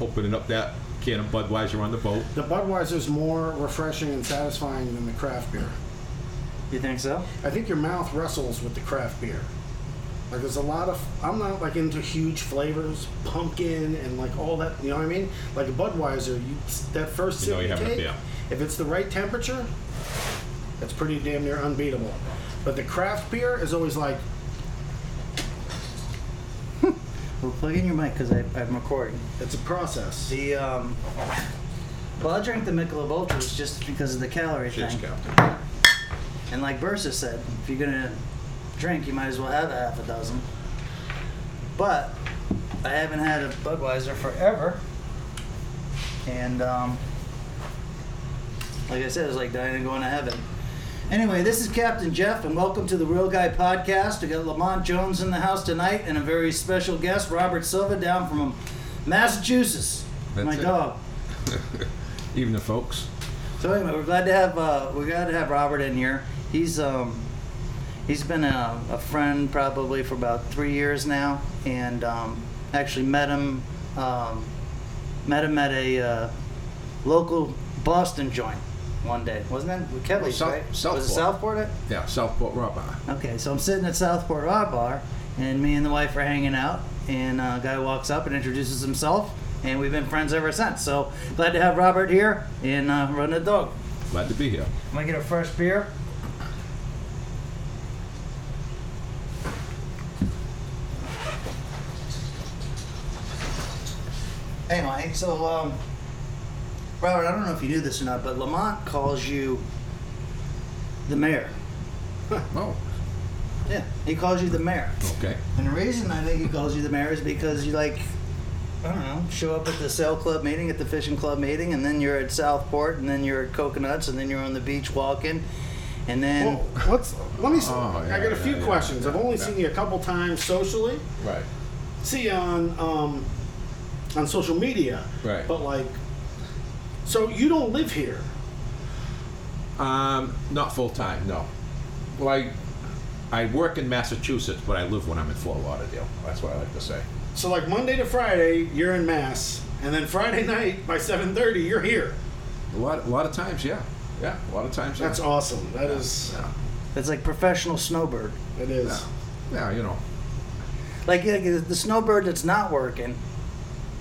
opening up that can of Budweiser on the boat. The Budweiser's more refreshing and satisfying than the craft beer. You think so? I think your mouth wrestles with the craft beer. Like there's a lot of I'm not like into huge flavors, pumpkin and like all that. You know what I mean? Like a Budweiser, you that first You sip know you, you're having a take, beer. if it's the right temperature, it's pretty damn near unbeatable. But the craft beer is always like Well, plug in your mic because I'm recording. it's a process. The um, well, I drank the Michelob Ultras just because of the calorie Cheers, thing. Captain. And like Bursa said, if you're gonna drink, you might as well have a half a dozen. But I haven't had a Budweiser forever, and um, like I said, it was like dying and going to heaven. Anyway, this is Captain Jeff, and welcome to the Real Guy Podcast. We got Lamont Jones in the house tonight, and a very special guest, Robert Silva, down from Massachusetts. That's my it. dog. Even the folks. So anyway, we're glad to have uh, we're glad to have Robert in here. He's um, he's been a, a friend probably for about three years now, and um, actually met him um, met him at a uh, local Boston joint one day, wasn't it? Kelly's South- right? Southport. Was it Southport? Yeah, Southport Rubber. Okay, so I'm sitting at Southport Rod Bar, and me and the wife are hanging out, and uh, a guy walks up and introduces himself, and we've been friends ever since. So glad to have Robert here and uh, run the dog. Glad to be here. I'm gonna get a fresh beer. Anyway, so um, Robert, I don't know if you knew this or not, but Lamont calls you the mayor. Oh, Yeah, he calls you the mayor. okay. And the reason I think he calls you the mayor is because you like, I don't know, show up at the sail club meeting, at the fishing club meeting, and then you're at Southport, and then you're at Coconuts, and then you're on the beach walking, and then Well, what's let me? s Oh, yeah, I got yeah, a few yeah, questions. I've only yeah. seen you a couple times socially. Right. See you on um, on social media, Right. But like, so you don't live here. Um, not full time, no. Well, I, I work in Massachusetts, but I live when I'm in Fort Lauderdale. That's what I like to say. So like Monday to Friday, you're in Mass, and then Friday night by seven thirty, you're here. A lot, a lot of times, yeah, yeah, a lot of times. yeah. That's awesome. That is, Yeah, it's like professional snowbird. it is. yeah, yeah. You know, Like, like the snowbird that's not working,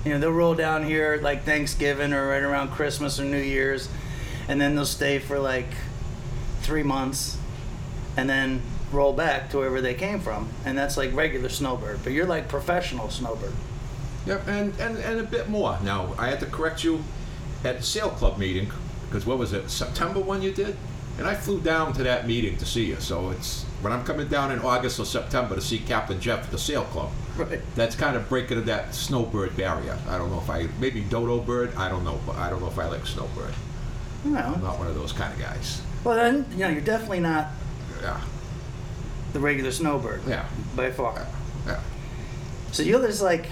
you know, they'll roll down here like Thanksgiving or right around Christmas or New Year's, and then they'll stay for like three months, and then roll back to wherever they came from, and that's like regular snowbird. But you're like professional snowbird. Yep, and, and, and a bit more. Now, I had to correct you at the sale club meeting, because what was it, September one you did? And I flew down to that meeting to see you, so it's, when I'm coming down in August or September to see Captain Jeff at the sale club, Right. that's kind of breaking of that snowbird barrier. I don't know if I, maybe dodo bird, I don't know, but I don't know if I like snowbird. You I'm know. not one of those kind of guys. Well, then you know you're definitely not Yeah, the regular snowbird. Yeah. By far. yeah. So you'll just like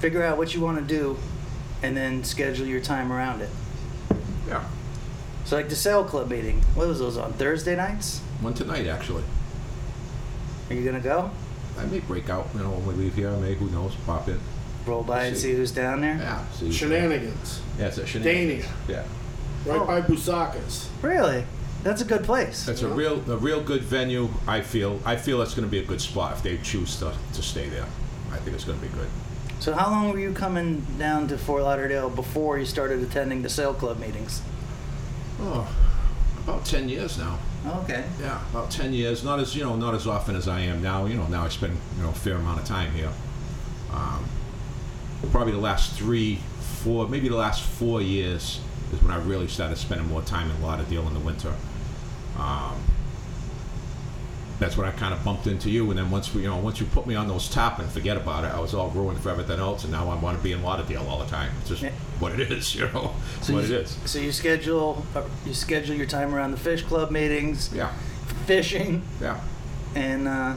figure out what you want to do, and then schedule your time around it. Yeah, So like the sale club meeting. What was those on Thursday nights? one tonight, actually. Are you gonna go? I may break out, you know, when we leave here, I may, who knows, pop in. Roll by and see who's down there. Yeah, see. Shenanigans, Yeah, it's a shenanigans. Dania, Yeah. right Oh. by Busaka's. Really? That's a good place. It's a real, a real good venue. I feel, I feel it's going to be a good spot if they choose to, to stay there. I think it's going to be good. So how long were you coming down to Fort Lauderdale before you started attending the sale club meetings? Oh, about ten years now. Oh, Okay. Yeah, about ten years. Not as you know, not as often as I am now. You know, now I spend you know a fair amount of time here. Um, probably the last three, four, maybe the last four years is when I really started spending more time in Lauderdale in the winter. Um, that's when I kind of bumped into you, and then once we, you know, once you put me on those top and forget about it, I was all ruined for everything else, and now I want to be in Lauderdale all the time. It's just Yeah. what it is, you know, So what it you, is. So you schedule uh, you schedule your time around the fish club meetings, Yeah, fishing, yeah. and uh,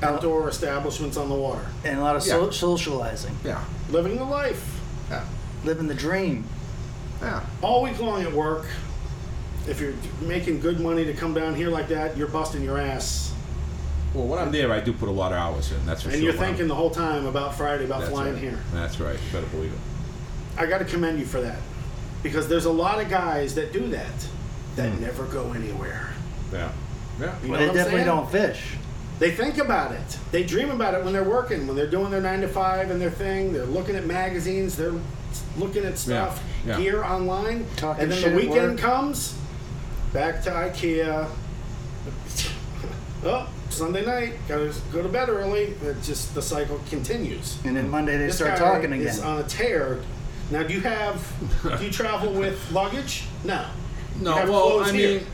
Outdoor establishments on the water, and a lot of so- Yeah. socializing, Yeah, living the life yeah, living the dream. yeah. all week long at work. If you're making good money to come down here like that, you're busting your ass Well, when I'm there, I do put a lot of hours in. That's for And sure. you're when I'm- thinking the whole time about Friday, about that's flying right. here. That's right. You better believe it. I got to commend you for that because there's a lot of guys that do that that Hmm. never go anywhere. Yeah. Yeah. You know Well, they what I'm definitely saying? don't fish. They think about it. They dream about it when they're working, when they're doing their nine to five and their thing. They're looking at magazines. They're looking at stuff yeah. here online. Talking and then shit the at weekend work. comes. Back to IKEA. oh, Sunday night. Gotta go to bed early. It just the cycle continues. And Mm-hmm. then Monday they This start guy talking again. Is on a tear. Now, do you have? do you travel with luggage? No. No, You have well, clothes I here. mean,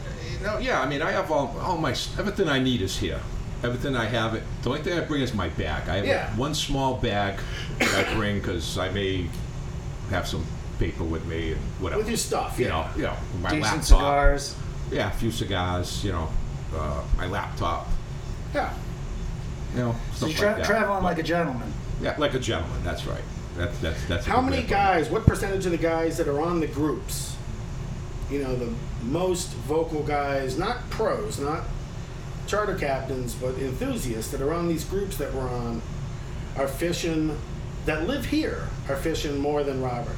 no, yeah, I mean, I have all, all my s- everything I need is here. Everything I have, it. The only thing I bring is my bag. I have Yeah. one small bag that I bring because I may have some paper with me and whatever. with your stuff. you yeah. know, you know, my Decent laptop. cigars. Yeah, a few cigars. You know, uh, my laptop. Yeah. You know, stuff So you tra- like that. traveling like a gentleman. yeah, like a gentleman. That's right. That's that's that's. a How good many way of putting it. guys? What percentage of the guys that are on the groups? You know, the most vocal guys, not pros, not charter captains, but enthusiasts that are on these groups that we're on, are fishing. That live here are fishing more than Robert.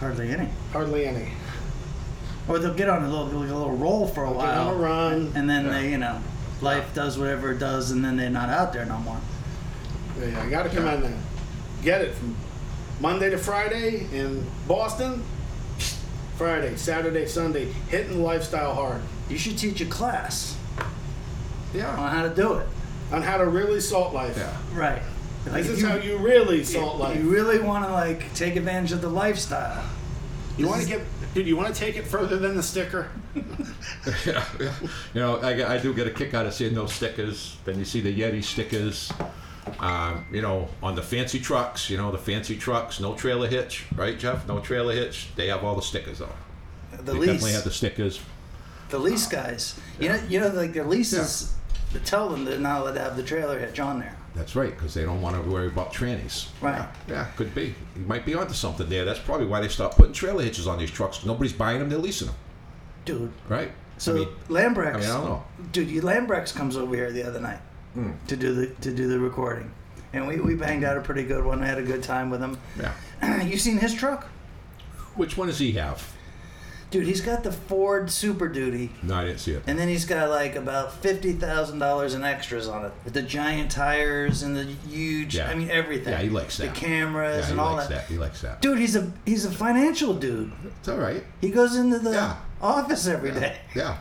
Hardly any. Hardly any. Or they'll get on a little, like a little roll for a Get while. on a run. And then Yeah. they, you know, life does whatever it does, and then they're not out there no more. Yeah, I gotta commend that. Get it from Monday to Friday in Boston. Friday, Saturday, Sunday, hitting lifestyle hard You should teach a class Yeah. on how to do it. on how to really salt life. Yeah. Right. Like, This if is you- how you really salt life. You really want to like take advantage of the lifestyle. You want is- to get, dude. You want to take it further than the sticker. yeah, yeah. You know, I, get- I do get a kick out of seeing those stickers. Then you see the Yeti stickers. Um, you know, on the fancy trucks, you know, the fancy trucks, no trailer hitch, right, Jeff? No trailer hitch. They have all the stickers, though. The They definitely have lease, the stickers. the lease guys. You know, you know, like the leases. They tell them they're not allowed to have the trailer hitch on there. That's right, because they don't want to worry about trannies. Right. Yeah, could be. You might be onto something there. That's probably why they stopped putting trailer hitches on these trucks. Nobody's buying them, they're leasing them, Dude. right? So I mean, Lambrex. I mean, I don't know. Hmm. dude, you Lambrex comes over here the other night to do the to do the recording, and we, we banged out a pretty good one. I had a good time with him. Yeah. you seen his truck, Which one does he have? dude? He's got the Ford Super Duty, No, I didn't see it. and then he's got like about fifty thousand dollars in extras on it, with the giant tires and the huge. Yeah. I mean everything. Yeah, he likes that. The cameras yeah, he and all likes that. that. He likes that. Dude, he's a he's a financial dude. It's all right. He goes into the Yeah. office every day. Yeah.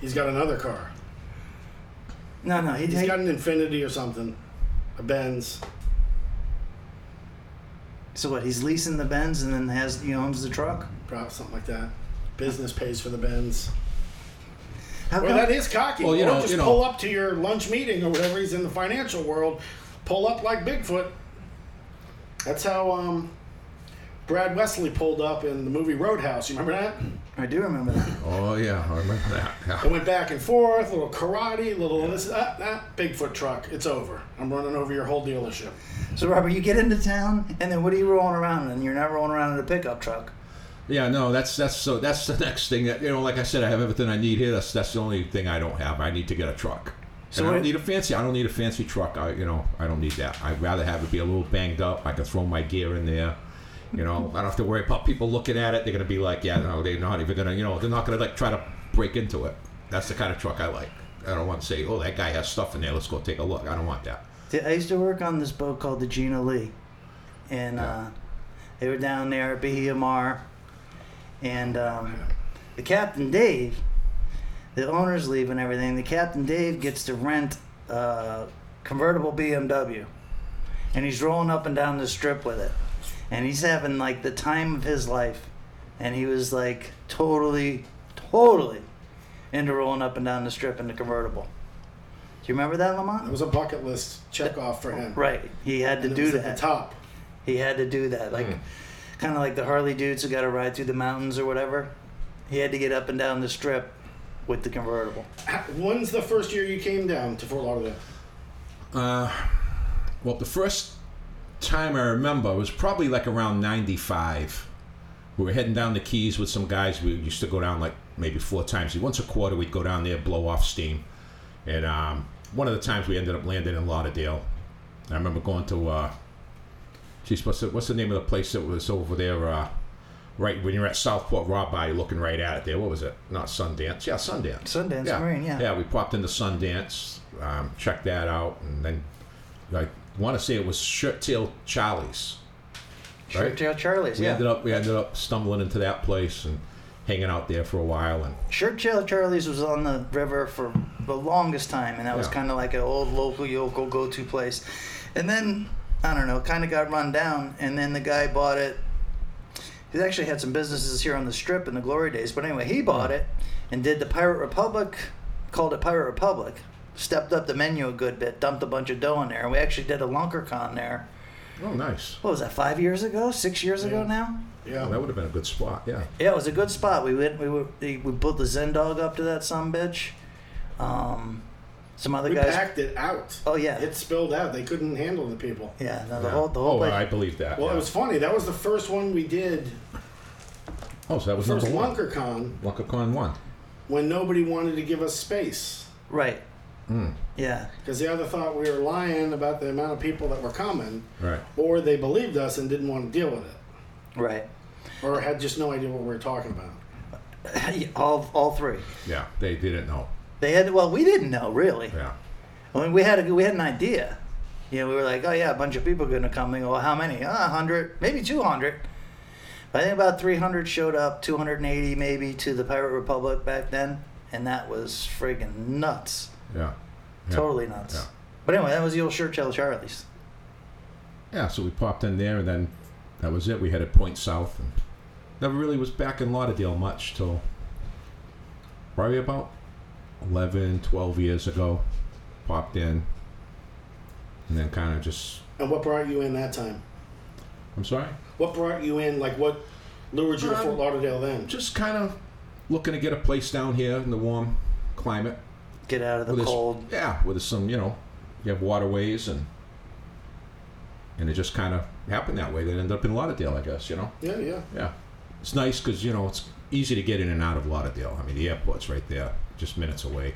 He's got another car. No, no, he, He's he- got an Infinity or something, a Benz. so what? He's leasing the Benz and then has he owns the truck. Perhaps something like that. Business pays for the Benz. How Or come- that is cocky. Well, you or know- just you know- pull up to your lunch meeting or whatever he's in the financial world. Pull up like Bigfoot. That's how um, Brad Wesley pulled up in the movie Roadhouse. You remember that? I do remember that. Oh yeah, I remember that. It Yeah. went back and forth, little karate, little this, ah, ah, Bigfoot truck. It's over. I'm running over your whole dealership. So Robert, you get into town, and then what are you rolling around in? You're not rolling around in a pickup truck. Yeah, no, that's that's so that's the next thing that you know. Like I said, I have everything I need here. That's that's the only thing I don't have. I need to get a truck. So So and I don't what- need a fancy. I don't need a fancy truck. I you know I don't need that. I'd rather have it be a little banged up. I can throw my gear in there. You know, I don't have to worry about people looking at it. They're gonna be like, yeah, no, they're not even gonna. You know, they're not gonna like try to break into it. That's the kind of truck I like. I don't want to say, oh, that guy has stuff in there. Let's go take a look. I don't want that. See, I used to work on this boat called the Gina Lee, and uh, they were down there at Bahia Mar, and um, the captain Dave, the owners leave and everything. The captain Dave gets to rent a convertible BMW, and he's rolling up and down the strip with it, and he's having like the time of his life, and he was like totally, totally into rolling up and down the strip in the convertible. Do you remember that, Lamont? It was a bucket list check off for him. Right. He had to And it do was At that. the top. He had to do that. Hmm. Like, kind of like the Harley dudes who got to ride through the mountains or whatever. He had to get up and down the strip with the convertible. How- When's the first year you came down to Fort Lauderdale? Uh, well, the first time I remember was probably like around '95. We were heading down the Keys with some guys. We used to go down like maybe four times. Once a quarter, we'd go down there, blow off steam, and um, one of the times we ended up landing in Lauderdale. I remember going to, uh, geez, what's the, what's the name of the place that was over there? Uh, right when you're at Southport Raw Bar, you're looking right at it there. What was it? Not Sundance. Yeah, Sundance. Sundance yeah. Marine, yeah. Yeah, we popped into Sundance, um, checked that out, and then I want to say it was Shirt Tail Charlie's. Sure, Tail Charlie's, We yeah. ended up we ended up stumbling into that place and hanging out there for a while and Shirt Tail Charlie's was on the river for the longest time, and that was Yeah. kind of like an old local yokel go-to place. And then I don't know, kind of got run down, and then the guy bought it. He actually had some businesses here on the strip in the glory days, but anyway, he bought it and did the Pirate Republic, called it Pirate Republic, stepped up the menu a good bit, dumped a bunch of dough in there, and we actually did a lunker con there. oh nice. What was that? Five years ago? Six years ago Yeah. now? Oh, Yeah. that would have been a good spot. Yeah. Yeah, it was a good spot. We went. We were, we built the Zen dog up to that some bitch. Um, some other We guys. packed it out. Oh yeah, It spilled out. They couldn't handle the people. yeah. No, the Yeah. whole the whole oh, place. I believe that. Well, yeah. it was funny. That was the first one we did. oh, so that was First number one. LunkerCon LunkerCon one. when nobody wanted to give us space right. Hmm. Yeah, because they either thought we were lying about the amount of people that were coming, Right. or they believed us and didn't want to deal with it, right. or had just no idea what we were talking about. all all three. Yeah. They didn't know. They had. Well, we didn't know really. Yeah. I mean, we had a, we had an idea. You know, we were like, oh yeah, a bunch of people are going to come. They go, well, how many? Ah, hundred, maybe two hundred. But I think about three hundred showed up, two hundred and eighty maybe to the Pirate Republic back then, and that was friggin' nuts. Yeah. Yeah. Totally nuts. Yeah. But anyway, that was the old shirt tail Charlie's. Yeah, so we popped in there, and then that was it. We headed point south, and never really was back in Lauderdale much till probably about 11, 12 years ago. Popped in, and then kind of just. And what brought you in that time? I'm sorry. What brought you in? Like what lured you to Um, Fort Lauderdale then? Just kind of looking to get a place down here in the warm climate. Get out of the there's- cold. Yeah, with some, you know, you have waterways and. And it just kind of happened that way. They ended up in Lauderdale, I guess, you know? Yeah, yeah. Yeah. It's nice because, you know, it's easy to get in and out of Lauderdale. I mean, the airport's right there, just minutes away.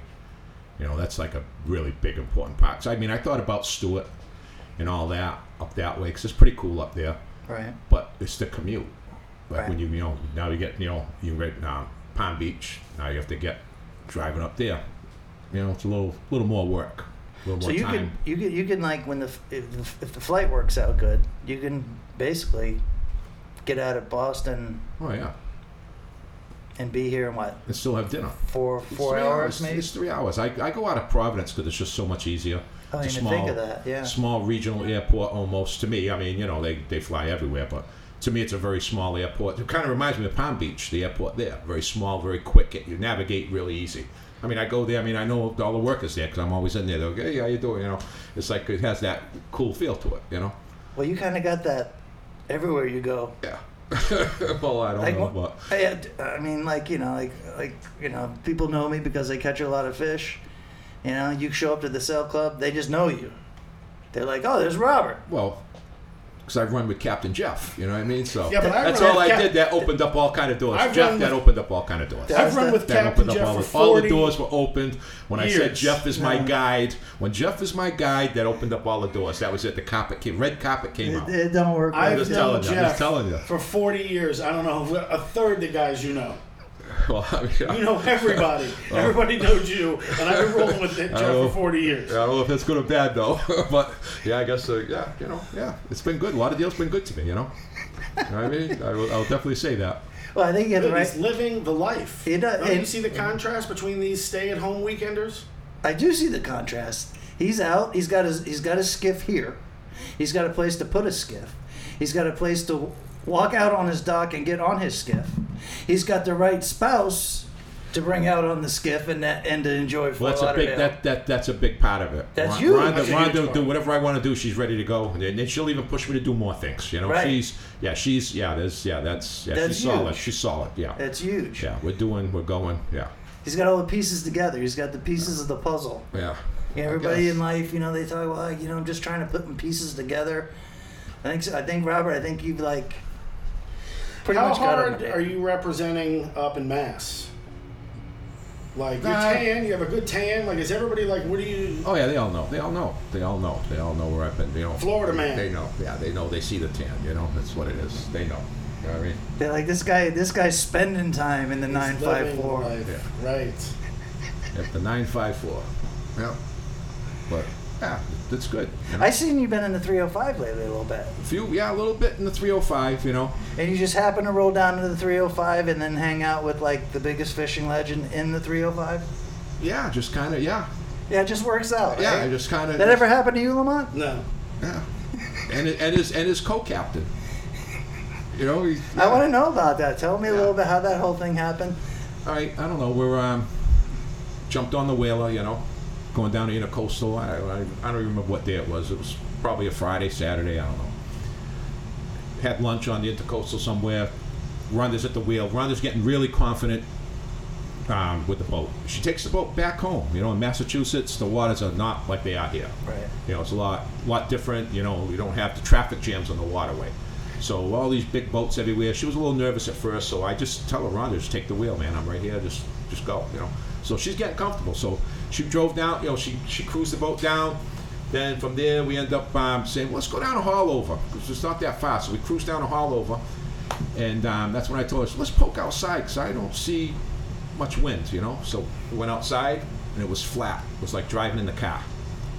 You know, that's like a really big, important part. 'Cause, I mean, I thought about Stewart and all that up that way because it's pretty cool up there, Right. but it's the commute. Like Right. when you, you know, now you get, you know, you get um, Palm Beach, now you have to get driving up there. You know, it's a little little more work, a little So more you time. can you can you can like when the f- if, the- if the flight works out good, you can basically get out of Boston oh, yeah. and be here in what And still have dinner. four It's four three hours, maybe. It's three hours. I, I go out of Providence because it's just so much easier. I Oh, didn't It's a even think of that, yeah. Small regional airport almost to me. I mean, you know, they, they fly everywhere, but to me, it's a very small airport. It kind of reminds me of Palm Beach, the airport there. Very small, very quick. It- You navigate really easy. I mean, I go there. I mean, I know all the workers there because I'm always in there. They're like, hey, how you doing? You know, it's like it has that cool feel to it. You know. Well, you kind of got that everywhere you go. Yeah. well, I don't Like, know, wh- but I, I mean, like you know, like like you know, people know me because they catch a lot of fish. You know, you show up to the sail club, they just know you. They're like, oh, there's Robert. well, because I've run with Captain Jeff. You know what I mean? So Yeah, but I that's run all with I Cap- did. That opened up all kind of doors. I've Jeff, run that with- opened up all kind of doors. I've run with That Captain opened up Jeff all, for the, all the forty. doors were opened. When I said years. Jeff is my Yeah. guide, when Jeff is my guide, that opened up all the doors. That was it. The carpet came, red carpet came out. It, it don't work. I've like just known telling that. you, I'm Jeff just telling you. for 40 years. I don't know a third of the guys you know. Well, I, mean, You know everybody. Oh. Everybody knows you, and I've been rolling with that Jeff Oh. for 40 I years. don't know if that's good or bad though, but yeah, I guess uh, yeah, you know, yeah, it's been good. A lot of deals been good to me, you know. You know what I mean, I will, I'll definitely say that. Well, I think you had the He's right. living the life. He does- Don't you and- see the contrast between these stay-at-home weekenders? I do see the contrast. He's out. He's got his. He's got his skiff here. He's got a place to put his skiff. He's got a place to walk out on his dock and get on his skiff. He's got the right spouse to bring out on the skiff and that, and to enjoy. Fort Well, that's a big Lauderdale. that, that that's a big part of it. That's Rhonda, huge. Rhonda, That's a Rhonda huge will do part. whatever I want to do. She's ready to go, and then she'll even push me to do more things. You know, Right. she's yeah, she's yeah, there's yeah, that's yeah, That's she's solid. huge. She's solid. Yeah, That's huge. yeah, we're doing, we're going. Yeah, He's got all the pieces together. He's got the pieces of the puzzle. yeah. Yeah, I everybody guess. in life, you know, they talk about, like, you know, I'm just trying to put my pieces together. I think, so. I think Robert, I think you've like pretty How much got him. hard are you representing up in Mass? Like your Nah. tan, you have a good tan. Like is everybody like, what do you? Oh yeah, they all know. They all know. They all know. They all know where I've been. They all Florida man. They know. Yeah, they know. They see the tan. You know, that's what it is. They know. You know what I mean? They're like this guy. This guy's spending time in the He's nine five living four. life. Right. At the nine five four. Yeah. But yeah, that's good. You know? I seen you been in the three hundred five lately a little bit, few, yeah, a little bit in the three hundred five. You know. and you just happen to roll down to the three hundred five and then hang out with like the biggest fishing legend in the three hundred five. Yeah, just kind of. Yeah. Yeah, it just works out. Yeah, right? I just kind of. that ever happened to you, Lamont? No. Yeah. And it- and his and his co-captain. You know. He's, I want to know about that. Tell me a Yeah. little bit how that whole thing happened. All right, I don't know. We're um, jumped on the whaler, you know, going down the intercoastal. I, I, I don't even remember what day it was. It was probably a Friday, Saturday. I don't know. Had lunch on the intercoastal somewhere. Rhonda's at the wheel. Rhonda's getting really confident um, with the boat. She takes the boat back home. You know, in Massachusetts, the waters are not like they are here. Right. You know, it's a lot, lot different. You know, we don't have the traffic jams on the waterway. So all these big boats everywhere. She was a little nervous at first, so I just tell her, Rhonda, just take the wheel, man. I'm right here. Just, just go. You know. So she's getting comfortable. So she drove down. You know, she she cruised the boat down. Then from there we end up um, saying, let's go down a haul over because it's not that far. So we cruise down a haul over, and um, that's when I told her, let's poke outside because I don't see much wind. You know. So we went outside and it was flat. It was like driving in the car.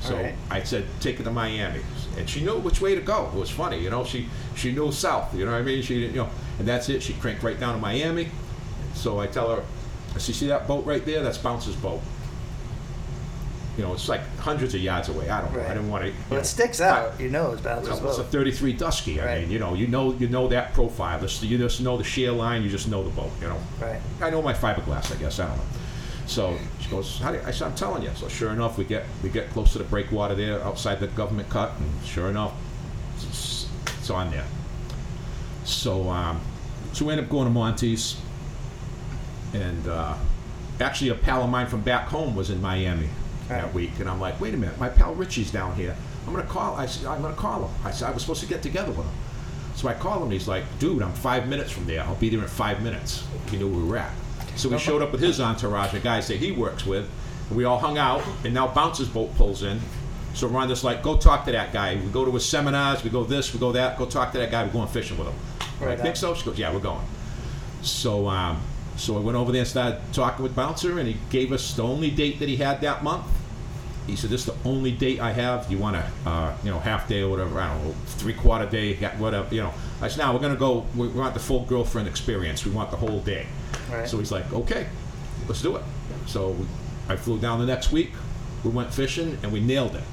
So All right. I said, take it to Miami. And she knew which way to go. It was funny, you know. She she knew south, you know what I mean? She didn't, you know. And that's it. She cranked right down to Miami. So I tell her, I see, see that boat right there? That's Bounce's boat. You know, it's like hundreds of yards away. I don't know. I Right. didn't want to. Well, it sticks out. You know, it's You know, bounces it's a boat. 33 Dusky. I Right. mean, you know, you know, you know that profile. This- You just know the sheer line. You just know the boat. You know. Right. I know my fiberglass, I guess. I don't know. So she goes, How do you, I said, I'm telling you. So sure enough, we get we get close to the breakwater there outside the government cut, and sure enough, it's, it's on there. So um, so we end up going to Monty's, and uh, actually a pal of mine from back home was in Miami that Right. week, and I'm like, wait a minute, my pal Richie's down here. I'm gonna call. I said, I'm gonna call him. I said I was supposed to get together with him. So I call him. He's like, dude, I'm five minutes from there. I'll be there in five minutes. He knew where we were at. So we showed up with his entourage, the guys that he works with. And we all hung out, and now Bounce's boat pulls in. So Rhonda's like, go talk to that guy. We go to his seminars. We go this. We go that. Go talk to that guy. We're going fishing with him. I'm Right like, think so? She goes, yeah, we're going. So, um, so I went over there and started talking with Bouncer, and he gave us the only date that he had that month. He said, "This is the only date I have. You want a, uh, you know, half day or whatever? I don't know, three quarter day, yeah, whatever. You know." I said, "Now we're gonna go. We we want the full girlfriend experience. We want the whole day." Right. So he's like, "Okay, let's do it." So we- I flew down the next week. We went fishing and we nailed it.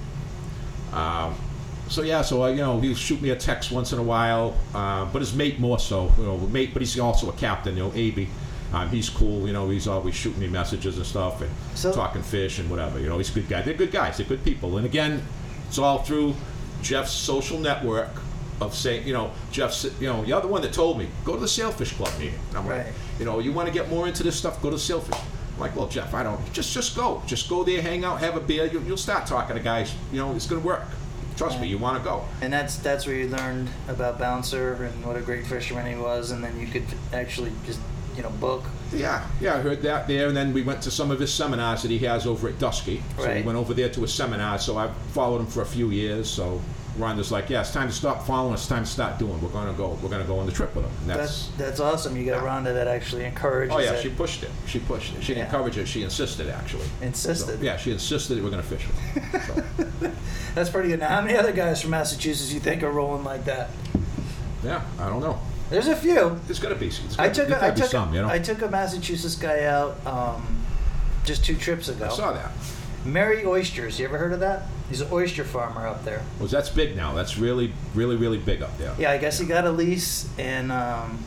So yeah, so uh, you know he'll shoot me a text once in a while, uh, but his mate more so. You know, mate, but he's also a captain. You know, AB, um, he's cool. You know, he's always shooting me messages and stuff and So- talking fish and whatever. You know, he's a good guy. They're good guys. They're good people. And again, it's all through Jeff's social network of saying, you know, Jeff's, you know, you're the one that told me go to the Sailfish Club meeting. And I'm Right. like, you know, you want to get more into this stuff, go to Sailfish. I'm like, well, Jeff, I don't. Just, just go. Just go there, hang out, have a beer. You'll, you'll start talking to guys. You know, it's gonna work. Trust me, you want to go. And that's that's where you learned about Bouncer and what a great fisherman he was, and then you could actually just you know book. Yeah, yeah, I heard that there, and then we went to some of his seminars that he has over at Dusky. So we Right. went over there to a seminar. So I followed him for a few years. So Rhonda's like, "Yeah, it's time to stop following. It's time to start doing. We're gonna go. We're gonna go on the trip with him." And That's that's, that's awesome. You got Rhonda that actually encourages oh yeah, it, she pushed it. She pushed it. She Yeah. encouraged it. She insisted actually. So, insisted. yeah, she insisted that we're gonna fish with him. So, That's pretty good. Now, how many other guys from Massachusetts you think are rolling like that? yeah, I don't know. There's a few. It's gonna be. It's I gonna, took there's a, I gotta be took some, you know. I took a Massachusetts guy out um, just two trips ago. I saw that. Mary Oysters. You ever heard of that? He's an oyster farmer up there. Well, that's big now. That's really, really, really big up there. Yeah, I guess he got a lease, and um,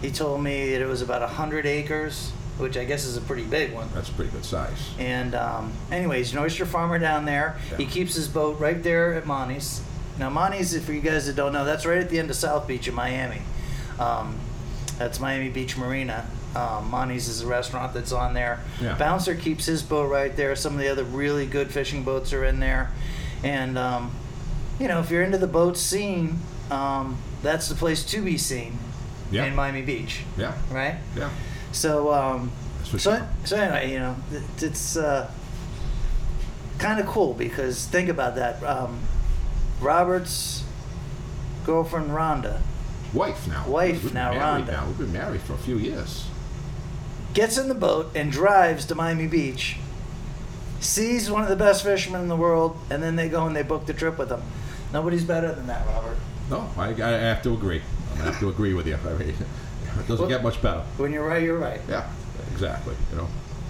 he told me that it was about 100 acres, which I guess is a pretty big one. That's a pretty good size. And um, anyways, an oyster farmer down there. He Yeah. keeps his boat right there at Monty's. Now, Monty's, if you guys that don't know, that's right at the end of South Beach in Miami. Um, that's Miami Beach Marina. Um, Monty's is a restaurant that's on there. Yeah. Bouncer keeps his boat right there. Some of the other really good fishing boats are in there. And, um, you know, if you're into the boat scene, um, that's the place to be seen Yeah. in Miami Beach, Yeah, right? yeah. So, um, That's for So, sure. so anyway, you know, it, it's uh, kind of cool because think about that. Um, Robert's girlfriend Rhonda Wife now. Wife We've been now, married Rhonda. Now we've been married for a few years. gets in the boat and drives to Miami Beach, sees one of the best fishermen in the world, and then they go and they book the trip with him. Nobody's better than that, Robert. No, I, I have to agree. I have to agree with you. I mean, it doesn't get much better. When you're right, you're right. Yeah, exactly. You know.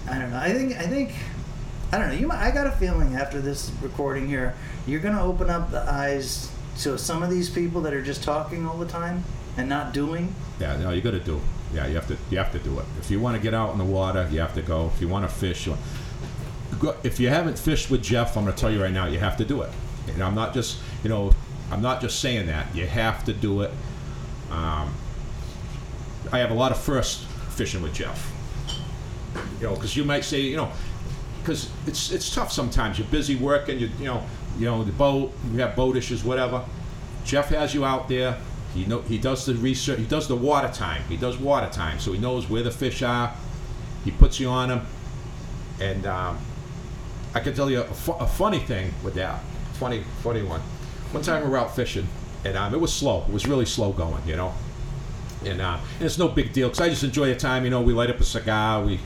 I don't know. I think I think I don't know. You might, I got a feeling after this recording here, you're gonna open up the eyes to some of these people that are just talking all the time and not doing. Yeah, no, you got to do. it. Yeah, you have to. You have to do it. If you want to get out in the water, you have to go. If you want to fish, you go. If you haven't fished with Jeff, I'm going to tell you right now, you have to do it. And I'm not just, you know, I'm not just saying that. You have to do it. Um, I have a lot of first fishing with Jeff. You know, because you might say, you know, because it's it's tough sometimes. You're busy working. You you know you know the boat. You have boat issues, whatever. Jeff has you out there. He know he does the research. He does the water time. He does water time, so he knows where the fish are. He puts you on them, and um, I can tell you a, fu- a funny thing with that. Funny funny one. One time we were out fishing, and um, it was slow. It was really slow going, you know and uh, and it's no big deal because I just enjoy the time. You know, we light up a cigar, we,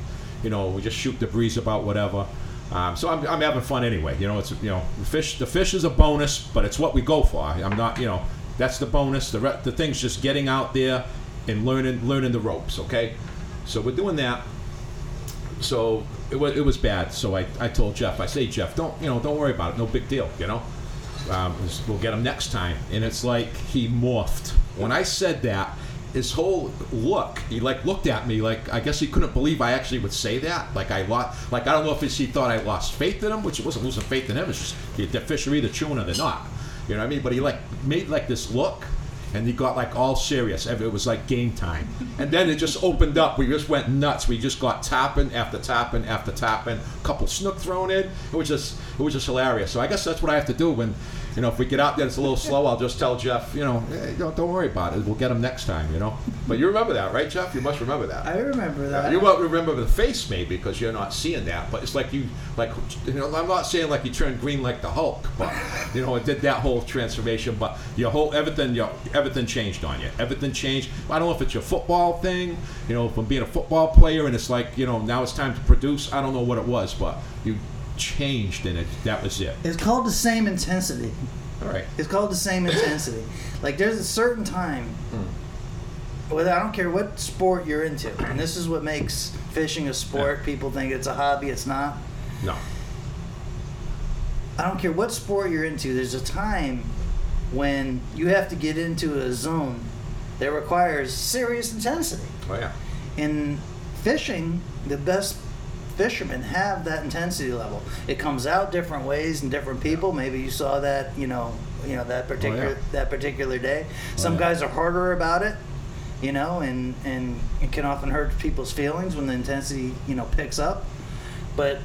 you know, we just shoot the breeze about whatever. Um, so I'm, I'm having fun anyway. You know, it's you know, the fish the fish is a bonus, but it's what we go for. I'm not you know, that's the bonus. The re- the thing's just getting out there and learning learning the ropes. Okay, so we're doing that so it was, it was bad. So I, I told Jeff, I say, Jeff, don't you know, don't worry about it. No big deal, you know. Um, it's- we'll get him next time. And it's like he morphed when I said that. His whole look, he like looked at me like I guess he couldn't believe I actually would say that. Like I lost, like I don't know if it's, he thought I lost faith in him, which it wasn't losing faith in him. It's just the, the fish are either chewing or they're not. You know what I mean? But he like made like this look, and he got like all serious. Ev- It was like game time, and then it just opened up. We just went nuts. We just got topping after topping after topping. A couple snook thrown in. It was just it was just hilarious. So I guess that's what I have to do when, you know, if we get out there, it's a little slow. I'll just tell Jeff, you know, hey, don't don't worry about it. We'll get him next time. You know. But you remember that, right, Jeff? You must remember that. I remember Uh, that. You won't remember the face maybe because you're not seeing that, but it's like you, like you know, I'm not saying like you turned green like the Hulk, but you know, it did that whole transformation. But your whole everything, your everything changed on you. Everything changed. I don't know if it's your football thing, you know, from being a football player, and it's like you know, now it's time to produce. I don't know what it was, but you changed in it. That was it. It's called the same intensity. All right. It's called the same intensity. Like there's a certain time. Whether I don't care what sport you're into, and this is what makes fishing a sport. People think it's a hobby. It's not. No. I don't care what sport you're into, there's a time when you have to get into a zone that requires serious intensity. Oh yeah. In fishing, the best fishermen have that intensity level. It comes out different ways and different people. Maybe you saw that, you know, you know that particular that particular day. Some yeah. guys are harder about it, you know, and and it can often hurt people's feelings when the intensity, you know, picks up. But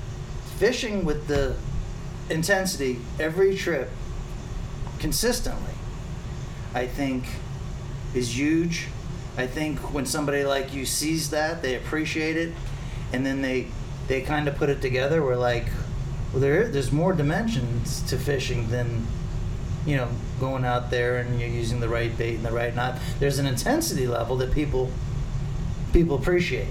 fishing with the intensity every trip consistently, I think, is huge. I think when somebody like you sees that, they appreciate it, and then they they kind of put it together. We're like, well, there there's more dimensions to fishing than you know going out there and you're using the right bait and the right knot. There's an intensity level that people people appreciate,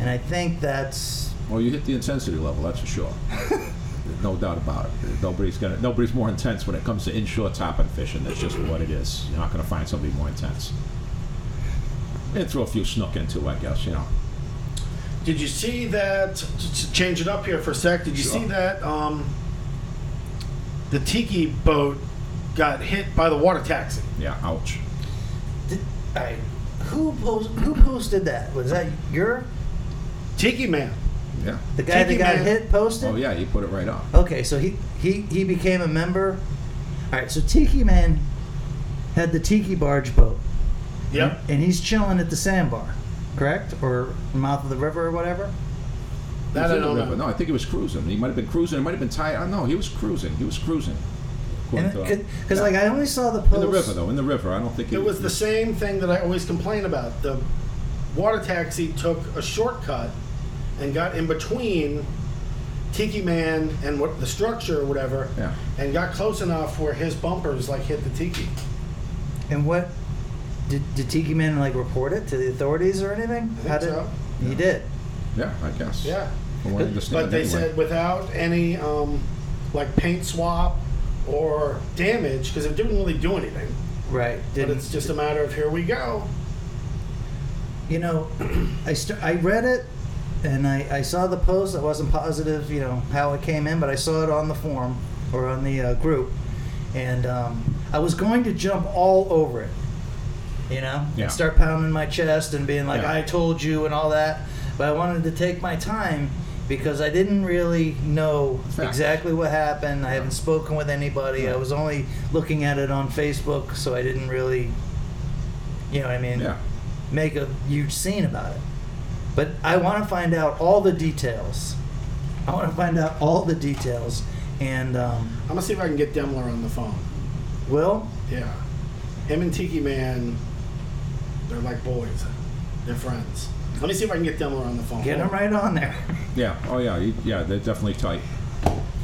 and I think that's Well, you hit the intensity level, that's for sure. There's no doubt about it. Nobody's gonna, nobody's more intense when it comes to inshore topping fishing. That's just what it is. You're not gonna find somebody more intense. And throw a few snook into, I guess. You know, Did you see that? t- t- Change it up here for a sec. Did you Sure. see that? Um, the tiki boat got hit by the water taxi. yeah. Ouch. Did, I, who post, who posted that? Was that your Tiki man. Yeah. the guy Tiki that got Man. hit posted? Oh yeah, you put it right up. Okay, so he he he became a member. All right, so Tiki Man had the Tiki barge boat, Yep. and he's chilling at the sandbar, correct, or mouth of the river or whatever. That He I was in the don't river. know. No, I think he was cruising. He might have been cruising. He might have been tired. I don't know. He was cruising. He was cruising. According to- uh, Because Yeah. like I only saw the post. in the river though, in the river. I don't think he It was the same thing that I always complain about. The water taxi took a shortcut and got in between Tiki Man and what the structure or whatever, Yeah. and got close enough where his bumpers like hit the Tiki. And what did, did Tiki Man like report it to the authorities or anything? think How did so. he did? Yeah, I guess. Yeah, From what I understand but they anyway. said without any um, like paint swap or damage because it didn't really do anything. Right. But Didn't- it's just a matter of here we go. you know, I st- I read it and I, I saw the post. I wasn't positive, you know, how it came in, but I saw it on the forum or on the uh, group, and um, I was going to jump all over it, you know, Yeah. and start pounding my chest and being like, Yeah. "I told you" and all that. But I wanted to take my time because I didn't really know Facts. exactly what happened. I haven't spoken with anybody. I Yeah. was only looking at it on Facebook, so I didn't really, you know, what I mean Yeah. make a huge scene about it. But I want to find out all the details. I want to find out all the details. And um, I'm gonna see if I can get Demler on the phone. Will, Yeah, him and Tiki Man, they're like boys. They're friends. Let me see if I can get Demler on the phone. get him right on there. Yeah. Oh yeah. you- Yeah. They're definitely tight.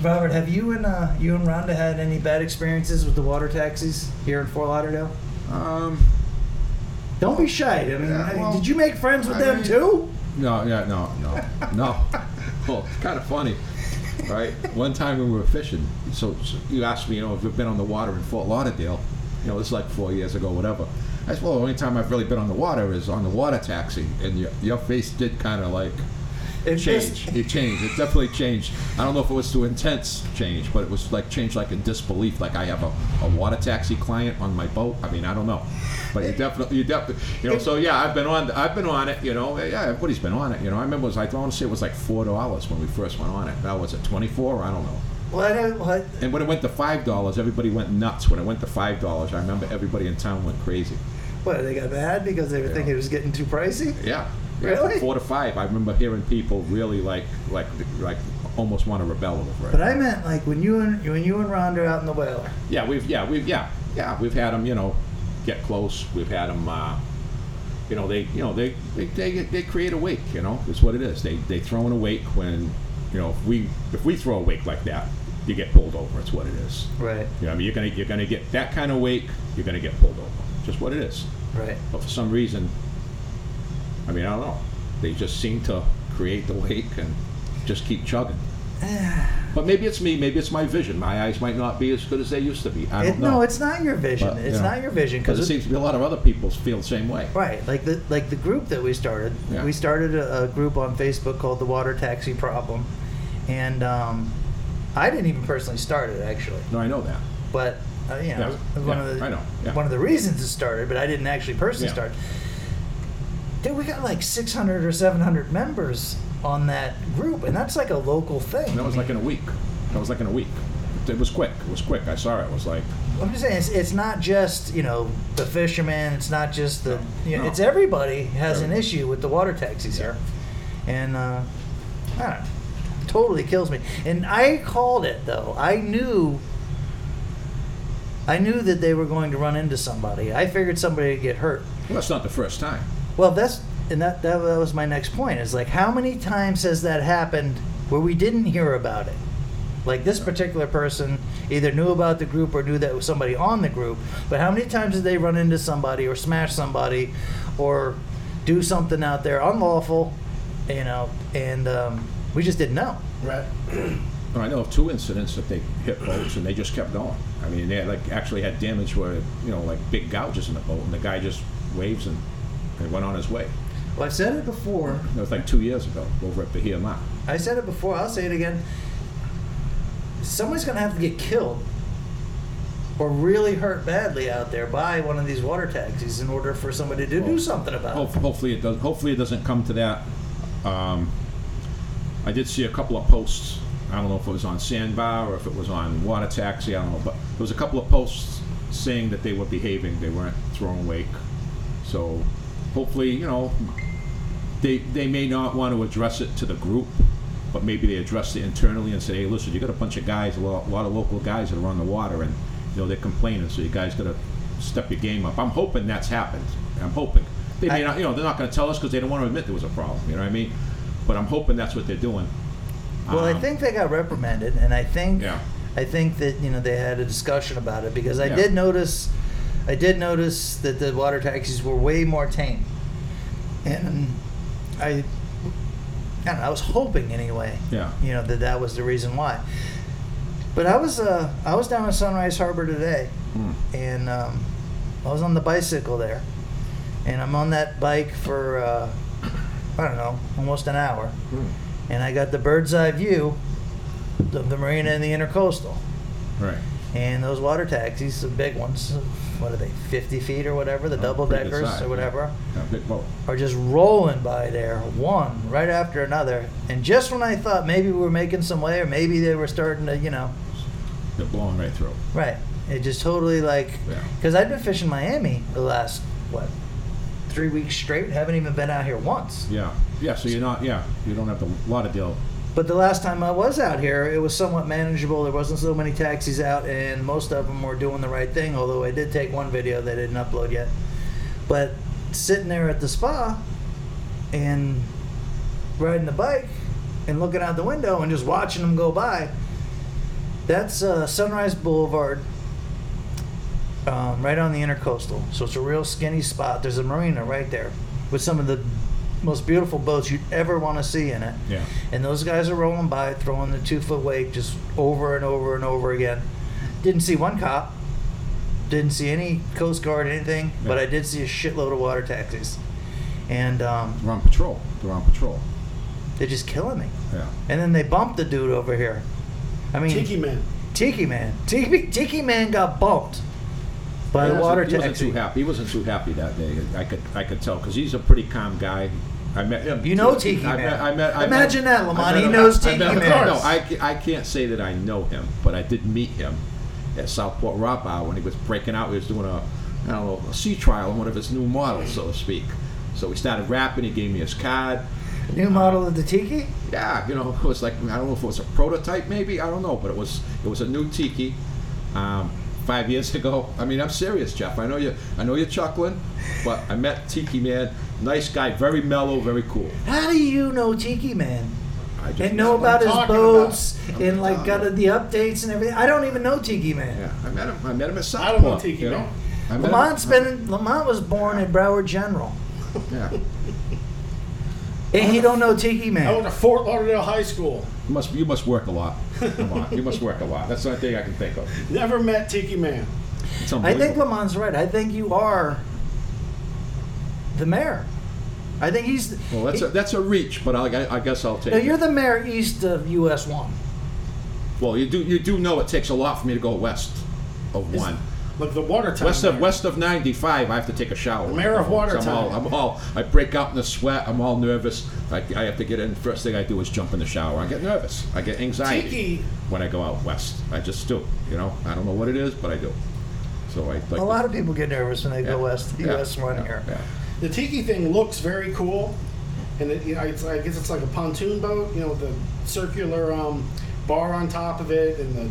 Robert, have you and uh, you and Rhonda had any bad experiences with the water taxis here in Fort Lauderdale? Um. Don't be shy. I mean, Yeah, well, did you make friends with I them mean- too? No, yeah, no, no, no. well, it's kind of funny, right? One time when we were fishing, so, so you asked me, you know, if you've been on the water in Fort Lauderdale. You know, it's like four years ago, whatever. I said, well, the only time I've really been on the water is on the water taxi, and your, your face did kind of like It just- change. It changed. It definitely changed. I don't know if it was to intense change, but it was like changed like in disbelief. Like I have a, a water taxi client on my boat. I mean, I don't know, but you definitely, you definitely, you know. So yeah, I've been on, I've been on it. You know, yeah, everybody's been on it. You know, I remember it was like I want to say it was like four dollars when we first went on it. Now was it twenty four? I don't know. What? a- What? And when it went to five dollars, everybody went nuts. When it went to five dollars, I remember everybody in town went crazy. What? They got mad because they were thinking it was getting too pricey. Yeah. Really? Four to five. I remember hearing people really like, like, like, almost want to rebel over it. But I meant like when you and when you and Rhonda are out in the whaler. Yeah, we've yeah we've yeah yeah we've had them you know get close. We've had them uh, you know they you know they they, they they create a wake. You know it's what it is. They they throw in a wake when you know if we if we throw a wake like that, you get pulled over. It's what it is. Right. You know, I mean you're gonna you're gonna get that kind of wake. You're gonna get pulled over. Just what it is. Right. But for some reason, I mean I don't know. They just seem to create the wake and just keep chugging. But maybe it's me. Maybe it's my vision. My eyes might not be as good as they used to be. I don't It, know. no, it's not your vision. But, you it's know, not your vision Because it because seems to be a lot of other people feel the same way. right, like the like the group that we started. Yeah. We started a, a group on Facebook called the Water Taxi Problem, and um, I didn't even personally start it actually, No, I know that. but uh, you know, Yeah, it was one yeah, of the I know, yeah. one of the reasons it started, but I didn't actually personally Yeah. start. Dude, we got like 600 or 700 members on that group, and that's like a local thing. And that was I mean, like in a week. That was like in a week. It was quick. It was quick. I saw it. It was like, I'm just saying, it's, it's not just you know the fishermen. It's not just the you know, No. it's everybody has an Everybody. issue with the water taxis here, and uh, I don't know, totally kills me. And I called it though. I knew. I knew that they were going to run into somebody. I figured somebody would get hurt. well, that's not the first time. Well, that's and that that was my next point. Is like how many times has that happened where we didn't hear about it? Like this particular person either knew about the group or knew that was somebody on the group, but how many times did they run into somebody or smash somebody or do something out there unlawful, you know, and um, we just didn't know. Right. Well, I know of two incidents that they hit boats and they just kept going. I mean, they had, like actually had damage where you know like big gouges in the boat, and the guy just waves and, and went on his way. Well, I've said it before. That was like two years ago over at Bahia Mount. I said it before, I'll say it again. Somebody's gonna have to get killed or really hurt badly out there by one of these water taxis in order for somebody to do something about Hope- it. Hopefully it does, hopefully it doesn't come to that. Um, I did see a couple of posts, I don't know if it was on Sandbar or if it was on Water Taxi, I don't know, but there was a couple of posts saying that they were behaving, they weren't throwing wake. So hopefully, you know, they, they may not want to address it to the group, but maybe they address it internally and say, hey, listen, you got a bunch of guys, a lot, a lot of local guys that are on the water and, you know, they're complaining, so you guys got to step your game up. I'm hoping that's happened. I'm hoping. They may I- not, you know, they're not going to tell us because they don't want to admit there was a problem. You know what I mean? But I'm hoping that's what they're doing. Well, I Um, think they got reprimanded, and I think Yeah. I think that you know they had a discussion about it because I Yeah. did notice I did notice that the water taxis were way more tame, and I I, don't know, I was hoping anyway, Yeah. you know that that was the reason why. But I was uh, I was down at Sunrise Harbor today, Mm. and um, I was on the bicycle there, and I'm on that bike for uh, I don't know almost an hour Hmm. and I got the bird's eye view of the marina and the intercoastal. Right. And those water taxis, the big ones, what are they, 50 feet or whatever, the Oh, double pretty good deckers size, or whatever, Yeah, big boat. are just rolling by there, one right after another. And just when I thought maybe we were making some way or maybe they were starting to, you know, They're blowing right through. right, it just totally like, Yeah. because I'd been fishing Miami the last, what, three weeks straight, haven't even been out here once. Yeah. Yeah. So you're not. Yeah. You don't have to Lauderdale. But the last time I was out here, it was somewhat manageable. There wasn't so many taxis out, and most of them were doing the right thing. Although I did take one video they didn't upload yet. But sitting there at the spa and riding the bike and looking out the window and just watching them go by, that's uh, Sunrise Boulevard, um, right on the intercoastal. So it's a real skinny spot. There's a marina right there with some of the most beautiful boats you'd ever want to see in it. Yeah. And those guys are rolling by, throwing the two foot wake just over and over and over again. Didn't see one cop. Didn't see any Coast Guard, anything. But Yeah. I did see a shitload of water taxis. And um, They're on patrol. They're on patrol. they're just killing me. Yeah. And then they bumped the dude over here. I mean, Tiki Man. Tiki Man. Tiki, Tiki Man got bumped by He the wasn't- water he wasn't taxi. too happy. He wasn't too happy that day. I could I could tell because he's a pretty calm guy. I met him. You know Tiki I Man. Met, I met, I Imagine met- that, I Lamont. met He him- knows I Tiki met him- Man. No, I, ca- I can't say that I know him, but I did meet him at Southport Rock Bar when he was breaking out. He was doing a, I don't know, a sea trial on one of his new models, so to speak. So we started rapping. He gave me his card. New model of the Tiki? Yeah, you know, it was like I don't know if it was a prototype, maybe I don't know, but it was it was a new tiki, um, five years ago. I mean, I'm serious, Jeff. I know you. I know you're chuckling, but I met Tiki Man. Nice guy, very mellow, very cool. How do you know Tiki Man? I just And met know him. about his talking boats about. and like I'm got telling the updates and everything. I don't even know Tiki Man. Yeah, I met him. I met him at Southport. I don't know Tiki you know? Man. I met him- Lamont's been Lamont was born in Broward General, Yeah, and he don't know Tiki I went Man. to Fort Lauderdale High School. you must you must work a lot. Come on, you must work a lot. That's the only thing I can think of. Never met Tiki Man. It's I think unbelievable. Lamont's right. I think you are the mayor. I think he's. well, that's a, that's a reach, but I, I guess I'll take. no, it. you're the mayor east of US one. Well, you do you do know it takes a lot for me to go west of one. Like the water tower. West of west of ninety five, I have to take a shower. mayor of I'm Watertown. all, I'm all I break out in the sweat. I'm all nervous. I, I have to get in. First thing I do is jump in the shower. I get nervous. I get anxiety Tiki. when I go out west. I just do. You know, I don't know what it is, but I do. So I like A lot of people get nervous when they Yeah, go west of yeah, US one yeah, here. yeah. The Tiki thing looks very cool, and it, you know, it's, I guess it's like a pontoon boat, you know, with the circular um, bar on top of it and the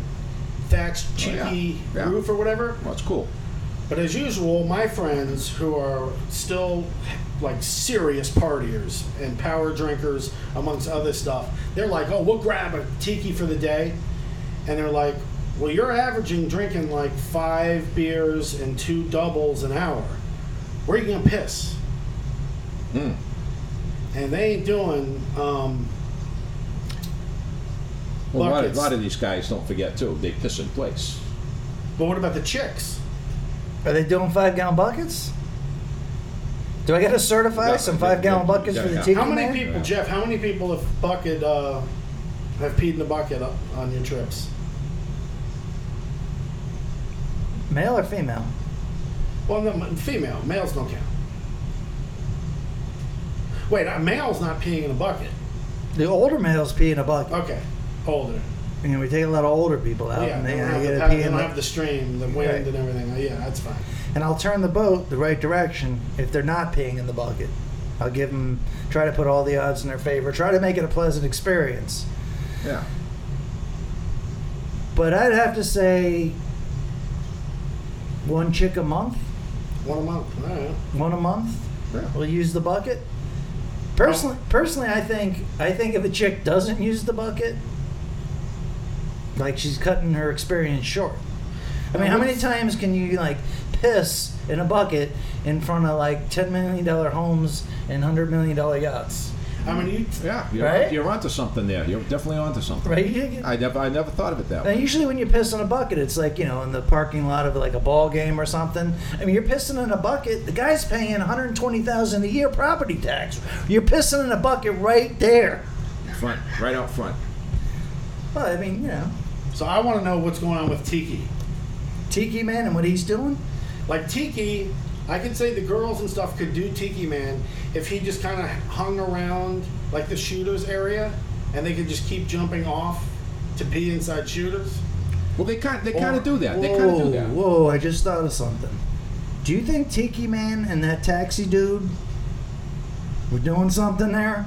thatched Oh, yeah. cheeky Yeah. roof or whatever. Well, it's cool. But as usual, my friends who are still like serious partiers and power drinkers, amongst other stuff, they're like, oh, we'll grab a tiki for the day. And they're like, well, you're averaging drinking like five beers and two doubles an hour. Where are you going to piss? Mm. And they ain't doing, um, Well, a lot, of, Buckets. lot of these guys don't forget too. They piss in place. but what about the chicks? Are they doing five gallon buckets? Do I got to certify Yeah, some yeah, five gallon yeah, buckets yeah, for the yeah. Tiki How many Man? people, Yeah. Jeff, how many people have bucket, uh, have peed in the bucket up on your trips? Male or female? Well, no, m- female. Males don't count. Wait, a male's not peeing in a bucket. The older males pee in a bucket. Okay, older. You know, we take a lot of older people out, yeah, and they Oh, they, don't, have, they the, get pa- to they pee in don't the, have the stream, the wind, Right. and everything. Uh, Yeah, that's fine. and I'll turn the boat the right direction if they're not peeing in the bucket. I'll give them try to put all the odds in their favor, try to make it a pleasant experience. Yeah. But I'd have to say one chick a month, One a month. All right. one a month. Yeah. We'll use the bucket. Personally, personally, I think I think if a chick doesn't use the bucket, like she's cutting her experience short. I mean, how many times can you like piss in a bucket in front of like ten million dollar homes and hundred million dollar yachts? I Mm-hmm. mean, you, Yeah, you're, Right? you're onto something there. You're definitely onto something. Right? You- you- I never, I never thought of it that Now, way. usually when you piss in a bucket, it's like you know in the parking lot of like a ball game or something. I mean, you're pissing in a bucket. The guy's paying one hundred twenty thousand a year property tax. You're pissing in a bucket right there. Front, right out front. Well, I mean, you know, so I want to know what's going on with Tiki. Tiki Man and what he's doing. Like Tiki, I could say the girls and stuff could do Tiki Man if he just kind of hung around like the shooters area, and they could just keep jumping off to pee inside shooters. Well, they kind, they kind of do that. They kind of whoa, do that. whoa! I just thought of something. Do you think Tiki Man and that taxi dude were doing something there?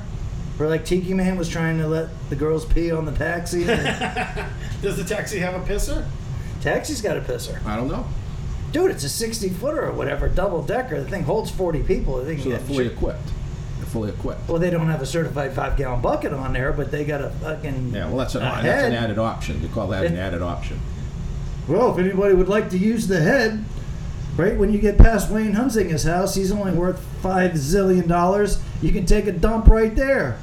Where like Tiki Man was trying to let the girls pee on the taxi. and Does the taxi have a pisser? the taxi's got a pisser. I don't know. Dude, it's a 60 footer or whatever, double decker. The thing holds 40 people. I think So they're that- fully equipped. They're fully equipped. well, they don't have a certified five gallon bucket on there, but they got a fucking. Yeah, well, that's an, a that's head. an added option. You call that an added option. Well, if anybody would like to use the head, right when you get past Wayne Hunsinger's house, he's only worth five zillion dollars. You can take a dump right there.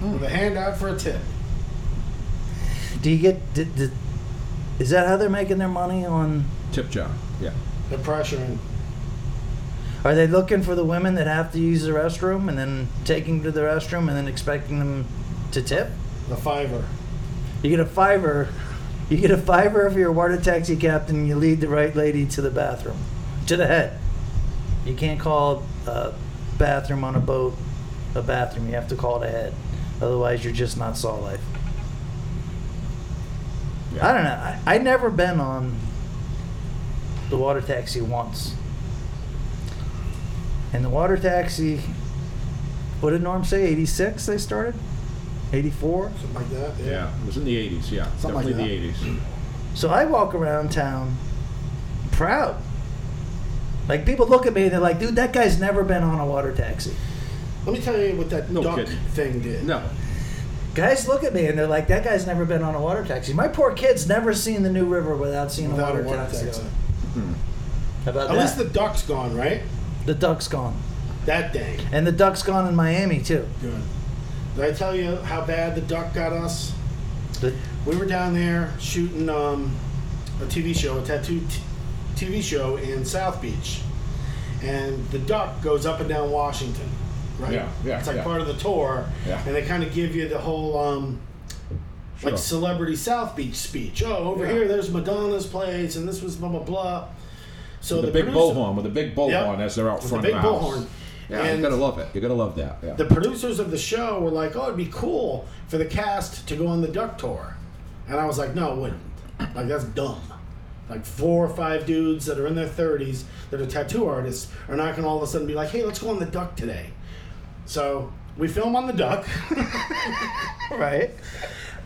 Hmm. With a handout for a tip. Do you get? Did, did, is that how they're making their money? On Tip jar. Yeah. The pressure and are they looking for the women that have to use the restroom and then taking them to the restroom and then expecting them to tip? the fiver. You get a fiver. You get a fiver if you're a water taxi captain. You lead the right lady to the bathroom, to the head. You can't call a bathroom on a boat a bathroom. You have to call it a head. Otherwise, you're just not saw life. yeah. I don't know. I, I never been on the water taxi once. And the water taxi, what did Norm say? 86 they started? 84? Something like that. Yeah. Yeah, it was in the 80s, yeah. Something like Definitely the 80s. So I walk around town proud. Like people look at me and they're like, dude, that guy's never been on a water taxi. Let me tell you what that No duck kidding. thing did. No, Guys look at me and they're like, that guy's never been on a water taxi. My poor kid's never seen the new river without seeing Without a water, a water taxi. taxi. How about At least that? the duck's gone, right? The-, duck's gone. That dang. And the duck's gone in Miami too. Good. Did I tell you how bad the duck got us? The- We were down there shooting um, a TV show, a tattoo t- TV show in South Beach, and the duck goes up and down Washington, right? Yeah, yeah, It's like yeah. part of the tour, Yeah. and they kind of give you the whole um, like Sure. celebrity South Beach speech. Oh, over Yeah. here, there's Madonna's place, and this was blah blah blah. So the, big producer- bullhorn with the big bullhorn Yep. as they're out With the front big of the house. bullhorn. Yeah, And- you gotta love it. You gotta love that. Yeah. the producers of the show were like, "Oh, it'd be cool for the cast to go on the duck tour," and I was like, "No, it wouldn't. Like that's dumb. Like four or five dudes that are in their thirties that are tattoo artists are not going to all of a sudden be like, "Hey, let's go on the duck today." So we film on the duck. right.